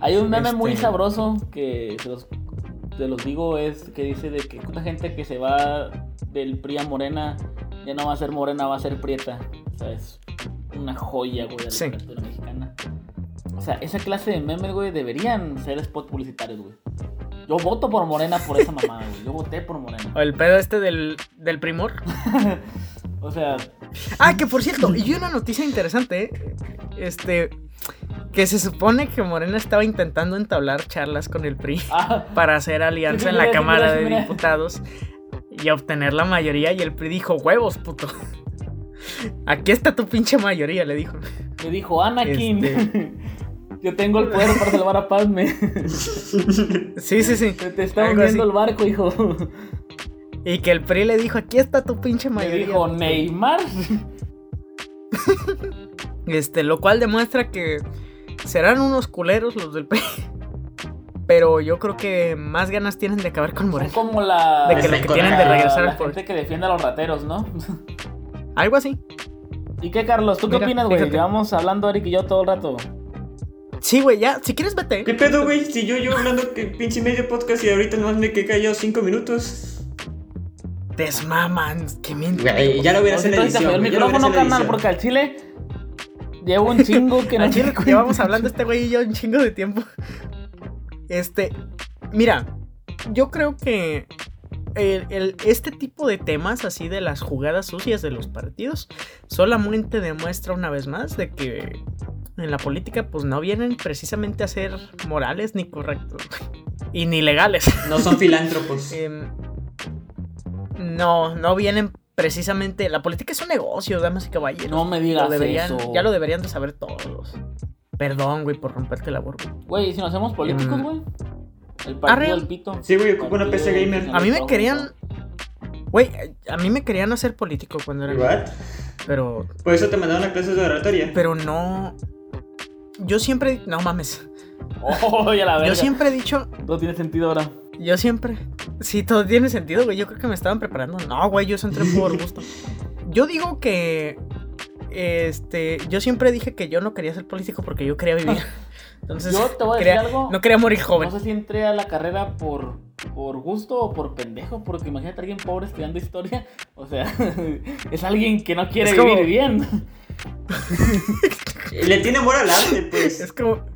Hay un meme muy Este- sabroso que se los, se los digo, es que dice de que cuánta gente que se va del PRI a Morena ya no va a ser Morena, va a ser Prieta. O sea, es una joya, güey, de la Sí. literatura mexicana. O sea, esa clase de memes, güey, deberían ser spot publicitarios, güey. Yo voto por Morena por esa mamada, güey. Yo voté por Morena. O el pedo este del, del primor. O sea, Ah, que por cierto, y una noticia interesante, ¿eh? Este. Que se supone que Morena estaba intentando entablar charlas con el PRI. ah, para hacer alianza Sí, en la mira, sí, Cámara mira, sí, de mira. Diputados y obtener la mayoría. Y el PRI dijo, huevos, puto. Aquí está tu pinche mayoría, le dijo. me dijo Anakin. Este. Yo tengo el poder para salvar a Padme. Sí, sí, sí. Se Te está Algo hundiendo así. el barco, hijo. Y que el PRI le dijo, aquí está tu pinche Me mayoría. dijo puto". Neymar. Este, lo cual demuestra que serán unos culeros los del PRI. Pero yo creo que más ganas tienen de acabar con Morena. Es como la. De que lo que tienen de regresar la por- gente que defiende a los rateros, ¿no? Algo así. ¿Y qué, Carlos? ¿Tú qué Mira, opinas, güey? fíjate. Llevamos hablando Eric y yo todo el rato. Sí, güey, ya. Si quieres, vete. ¿Qué pedo, güey? Si yo yo hablando que pinche medio podcast y ahorita nomás me quedé callado 5 minutos. Desmaman. Qué mentira. Güey, ya lo hubiera hecho Entonces, en la entonces, te falló edición. el güey, ya lo hubiera micrófono, hecho en la carnal, edición. porque al chile llevo un chingo que no Al chile que llevamos hablando este güey y yo un chingo de tiempo. Este, mira, yo creo que el- el- este tipo de temas, así de las jugadas sucias de los partidos, solamente demuestra una vez más de que en la política pues no vienen precisamente a ser morales ni correctos y ni legales. No son filántropos. Em, no, no vienen precisamente... La política es un negocio, damas y caballeros. No me Lo digas deberían- eso. ya lo deberían de saber todos. Perdón, güey, por romperte la burbuja. Güey, ¿y si nos hacemos políticos, Mm. ¿Ah, güey. El Arre. partido del pito. Sí, güey, ocupo una PC gamer. A mí me querían. Güey, a mí me querían hacer político cuando era. niño, ¿What? Pero. Por eso te mandaron a clases de oratoria. Pero no. Yo siempre. No mames. Oh, ya la Yo verga. siempre he dicho. No tiene sentido ahora. Yo siempre. Sí, todo tiene sentido, güey. Yo creo que me estaban preparando. No, güey, yo eso entré por gusto. Yo digo que. Este. Yo siempre dije que yo no quería ser político porque yo quería vivir. Entonces. Yo te voy a decir quería- algo. No quería morir joven. No sé si entré a la carrera por, por gusto o por pendejo, porque imagínate a alguien pobre estudiando historia. O sea, es alguien que no quiere Es como- vivir bien. Le tiene amor al arte, pues. Es como.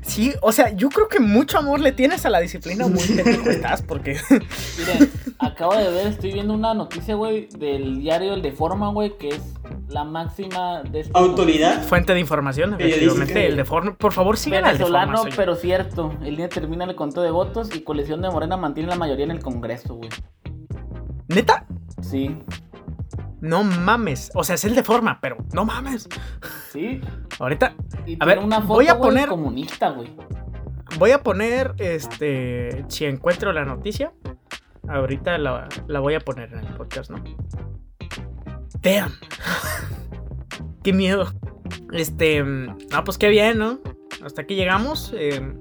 Sí, o sea, yo creo que mucho amor le tienes a la disciplina, muy pendejo estás, porque. Miren, acabo de ver, estoy viendo una noticia, güey, del diario El de Forma, güey, que es la máxima de este Autoridad. Fuente de información, Periodística. efectivamente. El deforme. Por favor, sigan al venezolano, deformación. pero cierto. El día termina el conteo de votos y coalición de Morena mantiene la mayoría en el Congreso, güey. ¿Neta? Sí, No mames. O sea, es el de forma, pero no mames. sí. Ahorita Y A tiene ver, una foto, voy a güey, poner- comunista, güey. voy a poner. Este. Si encuentro la noticia. Ahorita la, la voy a poner en el podcast, ¿no? Damn. qué miedo. Este. Ah, pues qué bien, ¿no? Hasta aquí llegamos. eh,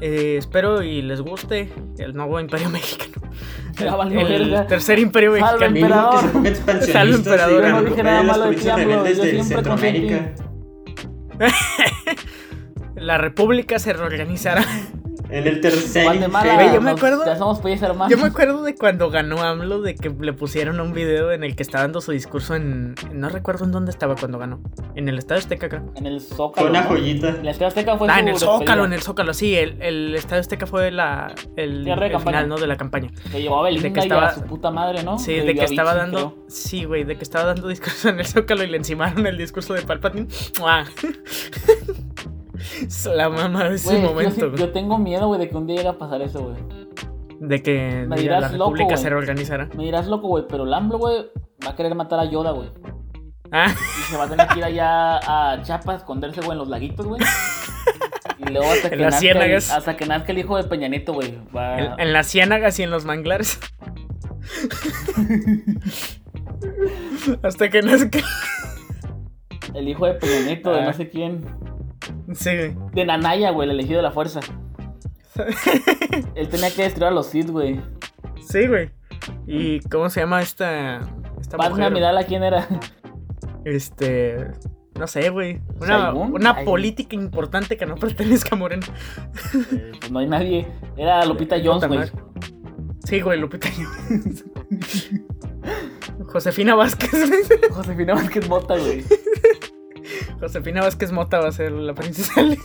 eh, espero y les guste el nuevo Imperio Mexicano. Ya valió El, el verga. tercer Imperio Salve, Mexicano. Mínimo que se Emperador. ponga expansionista. Salve, sí, emperador. para Yo no dije recuperar nada las malo de provincias Diablo, rebeldes yo de siempre Centroamérica. La República se reorganizará. En el tercer Guatemala. Güey, yo me imperio. nos- acuerdo- Ya somos países hermanos. Yo me acuerdo de cuando ganó AMLO, de que le pusieron un video en el que estaba dando su discurso en... No recuerdo en dónde estaba cuando ganó. En el Estadio Azteca, creo. En el Fue Zócalo. una ¿no? joyita. La Estadio Azteca fue Ah, su en el despedida. Zócalo, en el Zócalo, sí. El, el Estadio Azteca fue la, el, Cierre de el campaña. final, ¿no? De la campaña. Que llevó a Belinda de que y estaba- a su puta madre, ¿no? Sí, Y de a que estaba Vichy, dando... creo. Sí, güey, de que estaba dando discurso en el Zócalo y le encimaron el discurso de Palpatine. ¡Mua! Es la mamá de ese Güey, yo sí- momento. yo, güey. tengo miedo, güey, de que un día llegue a pasar eso, güey. De que Me diga, la dirás loco, República güey. se reorganizará. Me dirás loco, güey, pero el AMLO, güey, va a querer matar a Yoda, güey. Ah, Y se va a tener que ir allá a Chiapas, esconderse, güey, en los laguitos, güey. Y luego hasta que, En las nazca el, ciénagas. hasta que nazca el hijo de Peña Nieto, güey. Va... en, en las ciénagas y en los manglares. Hasta que no es que. El hijo de Peña Nieto, de Ah. no sé quién. Sí, güey. De Nanaya, güey, el elegido de la fuerza. Él tenía que destruir a los Sith, güey. Sí, güey. ¿Y cómo se llama esta. Esta Paz mujer? Amidala, ¿quién era? Este. No sé, güey. Una, ¿Saigún? una Ay. política importante que no pertenezca a Moreno. Eh, pues no hay nadie. Era Lupita Jones, Puta güey. madre. Sí, güey, Lupita. Jones. Josefina Vázquez. güey. Josefina Vázquez Mota, güey. Josefina Vázquez Mota va a ser la princesa Leia.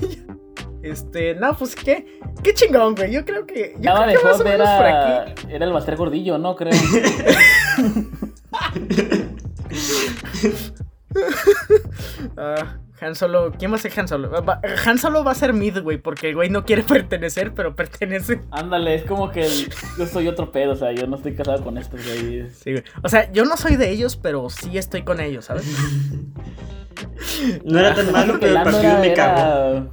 Este, no, pues qué, qué chingón, güey. Yo creo que. Yo Estaba creo de que más o Hot menos por aquí. era, era el Baster Gordillo, ¿no? Creo. Ah, Han Solo, ¿quién va a ser Han Solo? Va- va- Han Solo va a ser Mid, güey, porque el güey no quiere pertenecer, pero pertenece. Ándale, es como que el- yo soy otro pedo, o sea, yo no estoy casado con estos güeyes. Sí, güey. O sea, yo no soy de ellos, pero sí estoy con ellos, ¿sabes? No era tan malo, Que pero el Lando partido era, me cagó. era-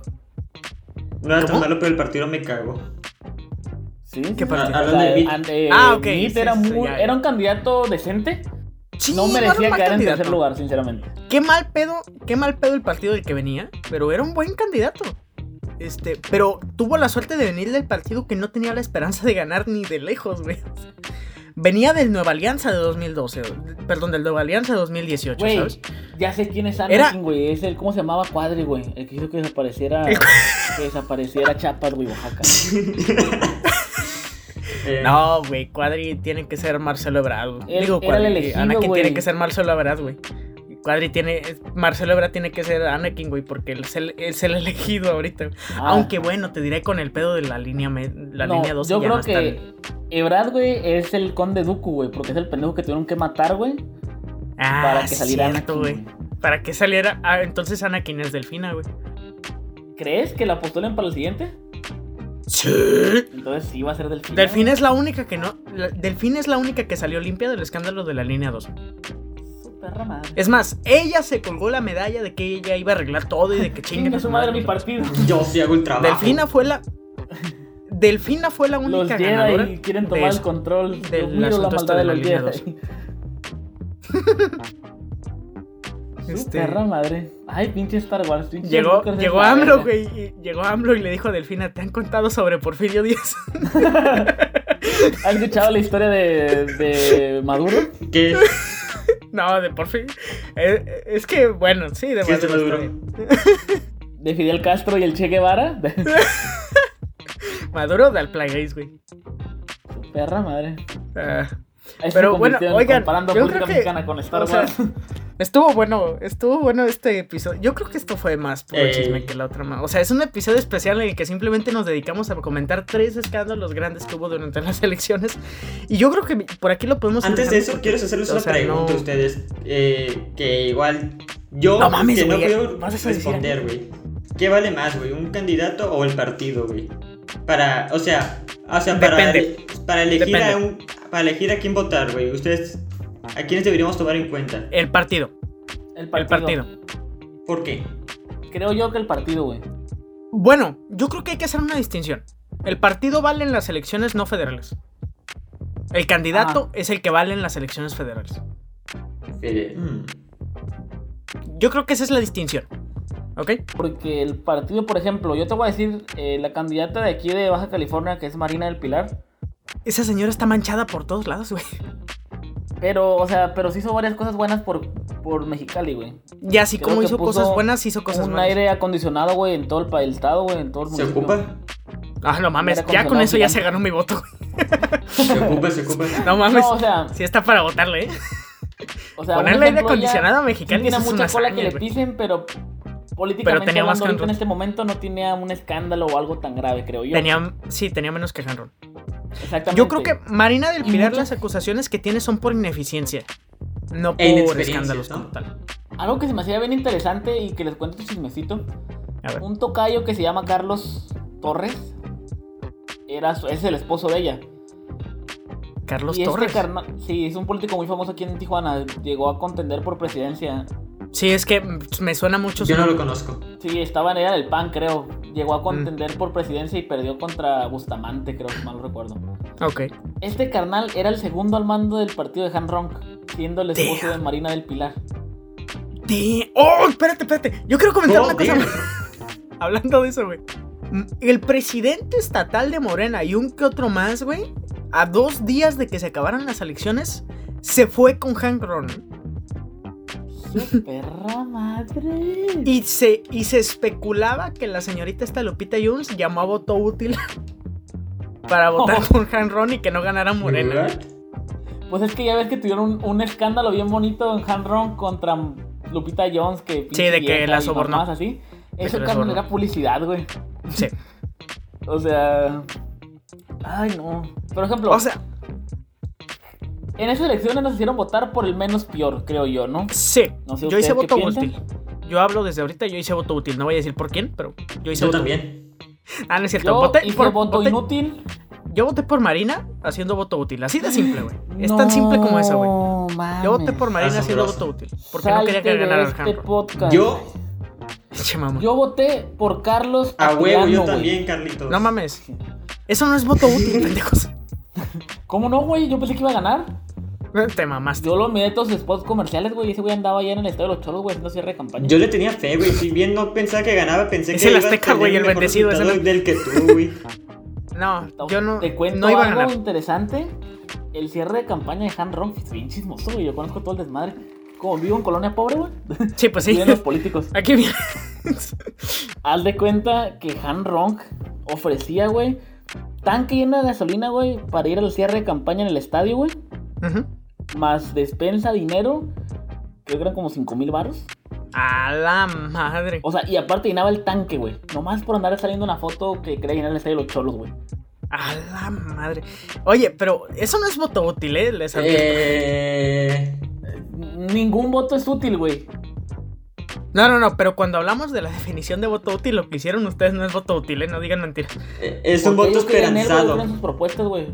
No era tan ¿Cómo? malo, pero el partido me cagó. Ah, Sí, ¿Qué sí, partido? o sea, Hablando de Mitt. an- eh, Ah, ok, Mitt sí, era, sí, muy- ya, ya. era un candidato decente. Sí, No era un merecía mal quedar en candidato. tercer lugar, sinceramente. Qué mal pedo, qué mal pedo el partido del que venía, pero era un buen candidato. Este, pero tuvo la suerte de venir del partido que no tenía la esperanza de ganar ni de lejos, güey. Venía del Nueva Alianza de 2012, perdón, del Nueva Alianza de 2018, Güey, ¿sabes? ya sé quién es Era- Anakin, güey. Es el, ¿cómo se llamaba? Cuadri, güey. El que hizo que desapareciera, que desapareciera Chiapas, güey, Oaxaca. Eh, No, güey, Cuadri tiene que ser Marcelo Ebrard. güey. Él Digo, era el Cuadri, elegido, Anakin güey. tiene que ser Marcelo Ebrard, güey. Cuadri tiene, Marcelo Ebrard tiene que ser Anakin, güey, porque él es el, es el elegido ahorita. Ah, Aunque bueno, te diré con el pedo de la línea me- la no, línea 12 Yo ya creo no que están- Ebrard, güey, es el conde Dooku, güey. Porque es el pendejo que tuvieron que matar, güey. Ah, para que saliera cierto, Anakin, güey. Para que saliera. Ah, entonces Anakin es delfina, güey. ¿Crees que la postulen para el siguiente? Sí. Entonces sí va a ser Delfina. Delfina es la única que no. la- Delfina es la única que salió limpia del escándalo de la línea 2. güey. Su perra madre. Es más, ella se colgó la medalla de que ella iba a arreglar todo y de que chinguen Chinga a su madre mi los- partido. Yo sí hago el trabajo. Delfina fue la. Delfina fue la Los única ganadora. Jedi quieren de tomar el esto- control. Yo del miro la asunto este maldad de de la los línea Jedi. Su Este- perra madre. Ay, pinche Star Wars. pinche Llegó, Lucas es llegó la AMLO, verga. güey. y- Llegó AMLO y le dijo a Delfina, ¿te han contado sobre Porfirio Díaz? ¿Has escuchado la historia de, de Maduro? ¿Qué? no, de Porfirio. Eh, es que, bueno, sí, de Sí, es de Maduro Maduro. está bien. ¿De Fidel Castro y el Che Guevara? Maduro del Plagueis, güey. Su perra madre. Ah, Ahí se Pero bueno, convirtieron oigan, comparando yo política creo que- mexicana con Star o sea, Wars. estuvo bueno, estuvo bueno este episodio. Yo creo que esto fue más puro Ey. chisme que la otra más. O sea, es un episodio especial en el que simplemente nos dedicamos a comentar tres escándalos grandes que hubo durante las elecciones. Y yo creo que por aquí lo podemos Antes ir de dejando eso, porque- quiero hacerles o una sea, pregunta a no- ustedes. eh, que igual yo No mames, que no güey, puedo vas a decir- responder, güey. ¿Qué vale más, güey? ¿Un candidato o el partido, güey? Para, o sea, o sea para, Depende. para elegir a Depende. un, para elegir a quién votar, güey. Ustedes, ¿a quiénes deberíamos tomar en cuenta? El partido, El el partido. ¿Por qué? Creo yo que el partido, güey. Bueno, yo creo que hay que hacer una distinción. El partido vale en las elecciones no federales. El Ah. candidato es el que vale en las elecciones federales. Fede, mm, Yo creo que esa es la distinción. ¿Ok? Porque el partido, por ejemplo, yo te voy a decir, eh, la candidata de aquí de Baja California, que es Marina del Pilar, Esa señora está manchada por todos lados, güey. pero, o sea, pero sí hizo varias cosas buenas por, por Mexicali, güey. Y así Creo como que hizo puso cosas buenas, hizo cosas Un malas. aire acondicionado, güey, en todo el, pa- el estado, güey, en todo el ¿Se municipio. ocupa? Ah, no mames, Era ya con congelado eso ya gigante. se ganó mi voto. güey. ¿Se ocupa? ¿Se ocupa? No mames. No, o sea, Sí está para votarle, ¿eh? o sea, un Ponerle aire ejemplo, ella acondicionado a sí Mexicali tiene eso es mucha una cola hazaña, que le güey. pisen, pero políticamente tenía más hablando ahorita control. en este momento no tenía un escándalo o algo tan grave, creo yo. Tenía, sí, tenía menos que Hanron. Exactamente. Yo creo que Marina del Y Pilar muchas- las acusaciones que tiene son por ineficiencia, no E por inexperiencia, escándalos ¿no? como tal. Algo que se me hacía bien interesante y que les cuento un chismecito. A ver. Un tocayo que se llama Carlos Torres era su- es el esposo de ella. Carlos y este Torres. carnal- sí, es un político muy famoso aquí en Tijuana. Llegó a contender por presidencia. Sí, es que mm, me suena mucho. su Yo no lo nombre. conozco. Sí, estaba en era el PAN, creo. Llegó a contender por presidencia y perdió contra Bustamante, creo, si mal no recuerdo. Ok. Este carnal era el segundo al mando del partido de Han Ronk, siendo el esposo de Damn. Marina del Pilar. Ti- ¡Oh! Espérate, espérate. Yo quiero comentar No, una cosa. diga. Hablando de eso, güey. Mm, El presidente estatal de Morena y un que otro más, güey, a dos días de que se acabaran las elecciones, se fue con Hank Ron. ¡Su perra madre! Y se, y se especulaba que la señorita esta Lupita Jones llamó a voto útil para votar Oh. por Hank Ron y que no ganara Morena. ¿Verdad? Pues es que ya ves que tuvieron un, un escándalo bien bonito en Han Ron contra Lupita Jones, que pinche de que vieja la y sobornó. mamadas así. que Eso la carnal sobornó. era publicidad, güey. Sí. O sea. Ay, no. Por ejemplo, O sea, en esas elecciones nos hicieron votar por el menos peor, creo yo, ¿no? sí. No sé yo ustedes hice qué voto piensan. útil. Yo hablo desde ahorita, yo hice voto útil. No voy a decir por quién, pero yo hice Yo voto también. útil. Ah, no es cierto. Yo voté hice por- voto voté- inútil. Yo voté por Marina haciendo voto útil. Así de simple, güey. Es tan simple como eso, güey. No mames. Yo voté por Marina haciendo Asombroso. voto útil. Porque no quería Salte que de ganara este Alejandro. podcast. Yo, Che, mamá. Yo voté por Carlos. a huevo, Atilano, yo güey. también, Carlitos. No mames. Eso no es voto útil, pendejos. ¿Cómo no, güey? Yo pensé que iba a ganar. Te mamaste. Yo lo miré todos sus spots comerciales, güey. y Ese güey andaba allá en el estadio de los Cholos, güey, haciendo cierre de campaña. Yo le tenía fe, güey. Si bien no pensaba que ganaba, pensé Es que el iba a Azteca, güey, tener el mejor bendecido, es el- resultado del que tú, güey. No, yo no, Te cuento no iba a algo ganar. interesante. El cierre de campaña de Han Ron es bien chismoso, güey. Yo conozco todo el desmadre. Como vivo en colonia pobre, güey. Sí, pues sí. Viven los políticos. Aquí viene. Haz de cuenta que Han Ronk ofrecía, güey, tanque lleno de gasolina, güey, para ir al cierre de campaña en el estadio, güey. Ujú. Más despensa, dinero. Creo que eran como 5 mil baros. A la madre. O sea, y aparte llenaba el tanque, güey. Nomás por andar saliendo una foto que quería llenar el estadio de los cholos, güey. A la madre. Oye, pero eso no es voto útil, ¿eh? Les advierto. Eh, Ningún voto es útil, güey. No, no, no, pero cuando hablamos de la definición de voto útil, lo que hicieron ustedes no es voto útil, ¿eh? No digan mentiras. eh, es un Porque voto ellos querían él, güey, fueron esperanzado. sus propuestas, güey.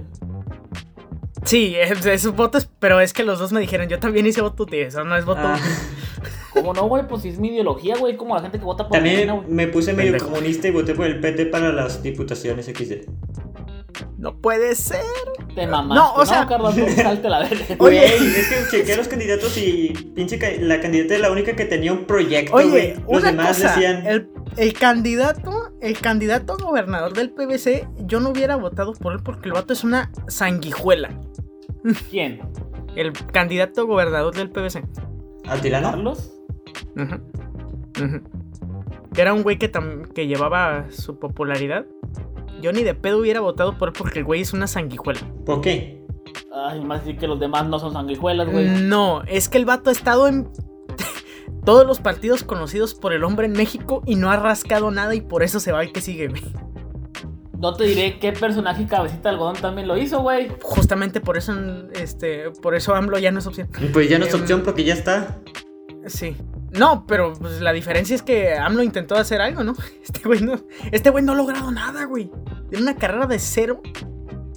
Sí, es- esos votos, pero es que los dos me dijeron, yo también hice voto útil, eso no es voto Ah, útil. Como no, güey, pues si es mi ideología, güey. Como la gente que vota por Morena, también güey. me puse medio Pendejo. comunista y voté por el PT para las diputaciones XD. No puede ser. Te mamaste. No, No, o sea- Carlos, tú salte a la verga. Oye. Oye, es que chequeé los candidatos y pinche ca- la candidata es la única que tenía un proyecto, güey. Oye, Los una demás cosa, decían. el, el candidato, el candidato gobernador del PBC, yo no hubiera votado por él porque el vato es una sanguijuela. ¿Quién? El candidato gobernador del PBC. ¿Atilano? ¿Carlos? Ujú. Ujú. Que era un güey que, tam- que llevaba su popularidad. Yo ni de pedo hubiera votado por él porque el güey es una sanguijuela. ¿Por qué? Ay, más decir que los demás no son sanguijuelas, güey. No, es que el vato ha estado en todos los partidos conocidos por el hombre en México y no ha rascado nada y por eso se va el que sigue, güey. No te diré qué personaje cabecita de algodón también lo hizo, güey. Justamente por eso, este, por eso AMLO ya no es opción. Pues ya no es Em, opción porque ya está. Sí. No, pero pues, la diferencia es que AMLO intentó hacer algo, ¿no? Este güey no, este güey no ha logrado nada, güey. Tiene una carrera de cero.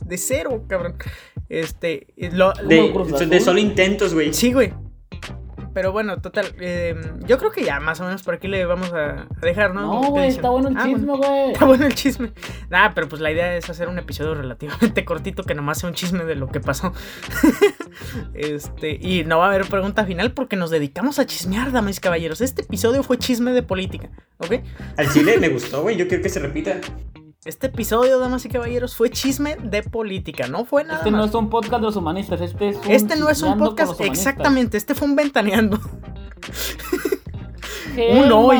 De cero, cabrón. Este, y lo- De, Cruz de Azul. solo intentos, güey. Sí, güey. Pero bueno, total. eh, yo creo que ya más o menos por aquí le vamos a a dejar, ¿no? No, ¿Qué güey, dicen? está bueno el Ah, chisme, güey. Está bueno el chisme. Nah, pero pues la idea es hacer un episodio relativamente cortito que nomás sea un chisme de lo que pasó. este, y no va a haber pregunta final porque nos dedicamos a chismear, damas y caballeros. Este episodio fue chisme de política, ¿ok? Al chile me gustó, güey. Yo quiero que se repita. Este episodio, damas y caballeros, fue chisme de política, no fue nada Este más. no es un podcast de los humanistas, este es un Este no es un chismeando con podcast, los humanistas. exactamente, este fue un ventaneando. Gemas. Un hoy.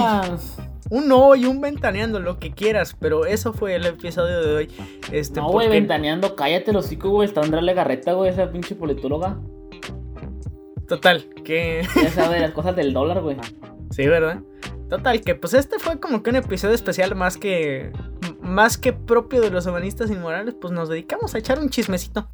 Un hoy, un ventaneando, lo que quieras, pero eso fue el episodio de hoy. Este, No, güey, porque- ventaneando, cállate los hocico, güey. Está Andrea Legarreta, güey, esa pinche politóloga. Total, que... Ya sabe las cosas del dólar, güey. Sí, ¿verdad? Total, que pues este fue como que un episodio especial más que m- más que propio de los humanistas inmorales, pues nos dedicamos a echar un chismecito.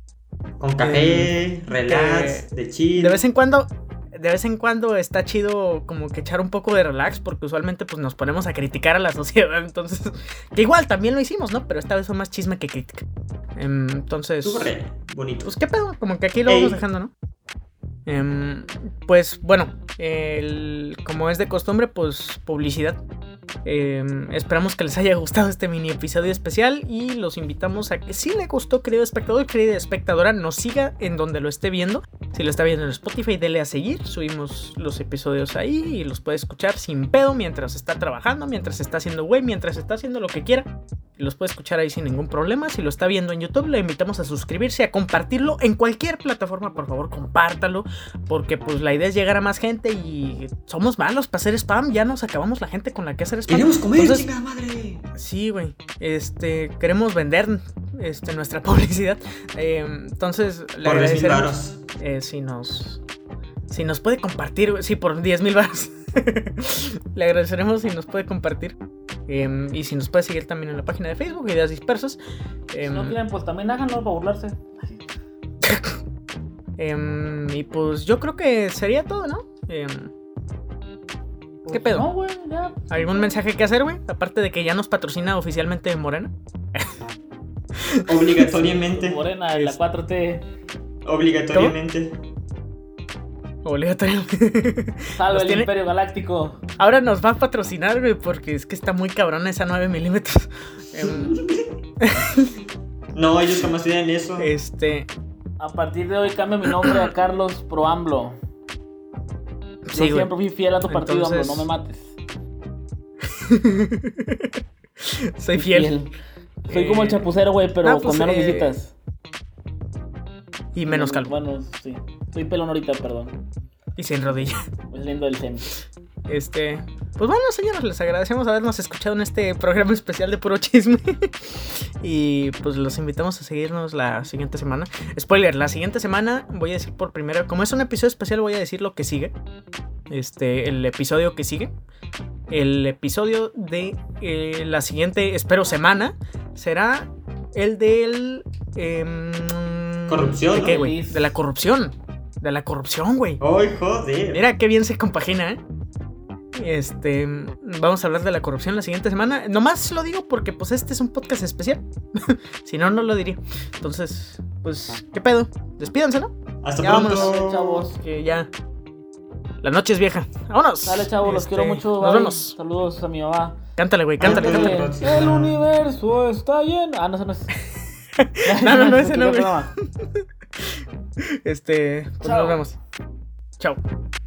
Con café, relax, de chill. De vez en cuando, de vez en cuando está chido como que echar un poco de relax, porque usualmente pues nos ponemos a criticar a la sociedad, entonces, que igual también lo hicimos, ¿no? Pero esta vez fue más chisme que crítica. Em, Entonces, Estuvo re bonito. pues qué pedo, como que aquí lo Ey. vamos dejando, ¿no? Em, pues bueno, el- como es de costumbre, pues publicidad. Em, esperamos que les haya gustado este mini episodio especial y los invitamos a que si le gustó, querido espectador, querida espectadora, nos siga en donde lo esté viendo. Si lo está viendo en Spotify, dele a seguir. Subimos los episodios ahí y los puede escuchar sin pedo mientras está trabajando, mientras está haciendo güey, mientras está haciendo lo que quiera. Los puede escuchar ahí sin ningún problema. Si lo está viendo en YouTube, le invitamos a suscribirse, a compartirlo en cualquier plataforma. Por favor, compártalo. Porque pues la idea es llegar a más gente y somos malos para hacer spam. Ya nos acabamos la gente con la que hacer spam. Queremos comer, Entonces- chingada madre. Sí, güey. Este, queremos vender este, nuestra publicidad. Eh, entonces, le Por 10 mil agradeceremos varos. eh, si nos. Si nos puede compartir, güey. sí, por 10 mil baros. Le agradeceremos si nos puede compartir. Em, y si nos puede seguir también en la página de Facebook, Ideas Dispersas. Si Em, no quieren, pues también háganlo para burlarse. em, y pues yo creo que sería todo, ¿no? Em, Pues, ¿Qué pedo? No, güey, ya. ¿Algún mensaje que hacer, güey? Aparte de que ya nos patrocina oficialmente Morena. Obligatoriamente. Morena, la 4T. Obligatoriamente. Obligatorio. Salve Los el tiene- Imperio Galáctico. Ahora nos va a patrocinar, güey, porque es que está muy cabrona esa 9 milímetros. Em, No, ellos jamás tienen eso. Este. A partir de hoy cambio mi nombre a Carlos Proamblo. Yo Sí, güey. siempre fui fiel a tu partido, AMLO, Entonces- no me mates. Soy fiel. Soy como el Eh, chapucero, güey, pero ah, pues, con menos eh, visitas. Y menos calvo. Bueno, sí. Soy pelón ahorita, perdón. Y sin rodilla. Es lindo el tema. Este. Pues bueno, señores, les agradecemos habernos escuchado en este programa especial de puro chisme. y pues los invitamos a seguirnos la siguiente semana. Spoiler, la siguiente semana voy a decir por primera. Como es un episodio especial, voy a decir lo que sigue. Este, el episodio que sigue. El episodio de eh, la siguiente, espero, semana. Será el del. em, Corrupción, ¿De qué, ¿no? güey? De la corrupción. De la corrupción, güey. ¡Ay, joder! Mira qué bien se compagina, ¿eh? Este, vamos a hablar de la corrupción la siguiente semana. Nomás lo digo porque pues este es un podcast especial. si no, no lo diría. Entonces, pues, ¿qué pedo? Despídanse, ¿no? Hasta ya pronto. vámonos, chavos. Que ya... La noche es vieja. Vámonos. Dale, chavos, los Este, quiero mucho. Nos bye. vemos. Saludos a mi mamá. Cántale, güey, cántale, Ándale, cántale. ándale. Eh, El universo está lleno. Ah, no, ese no es. No, no, no, ese no, Otro güey. tema. Este, pues Chao. nos vemos. Chao.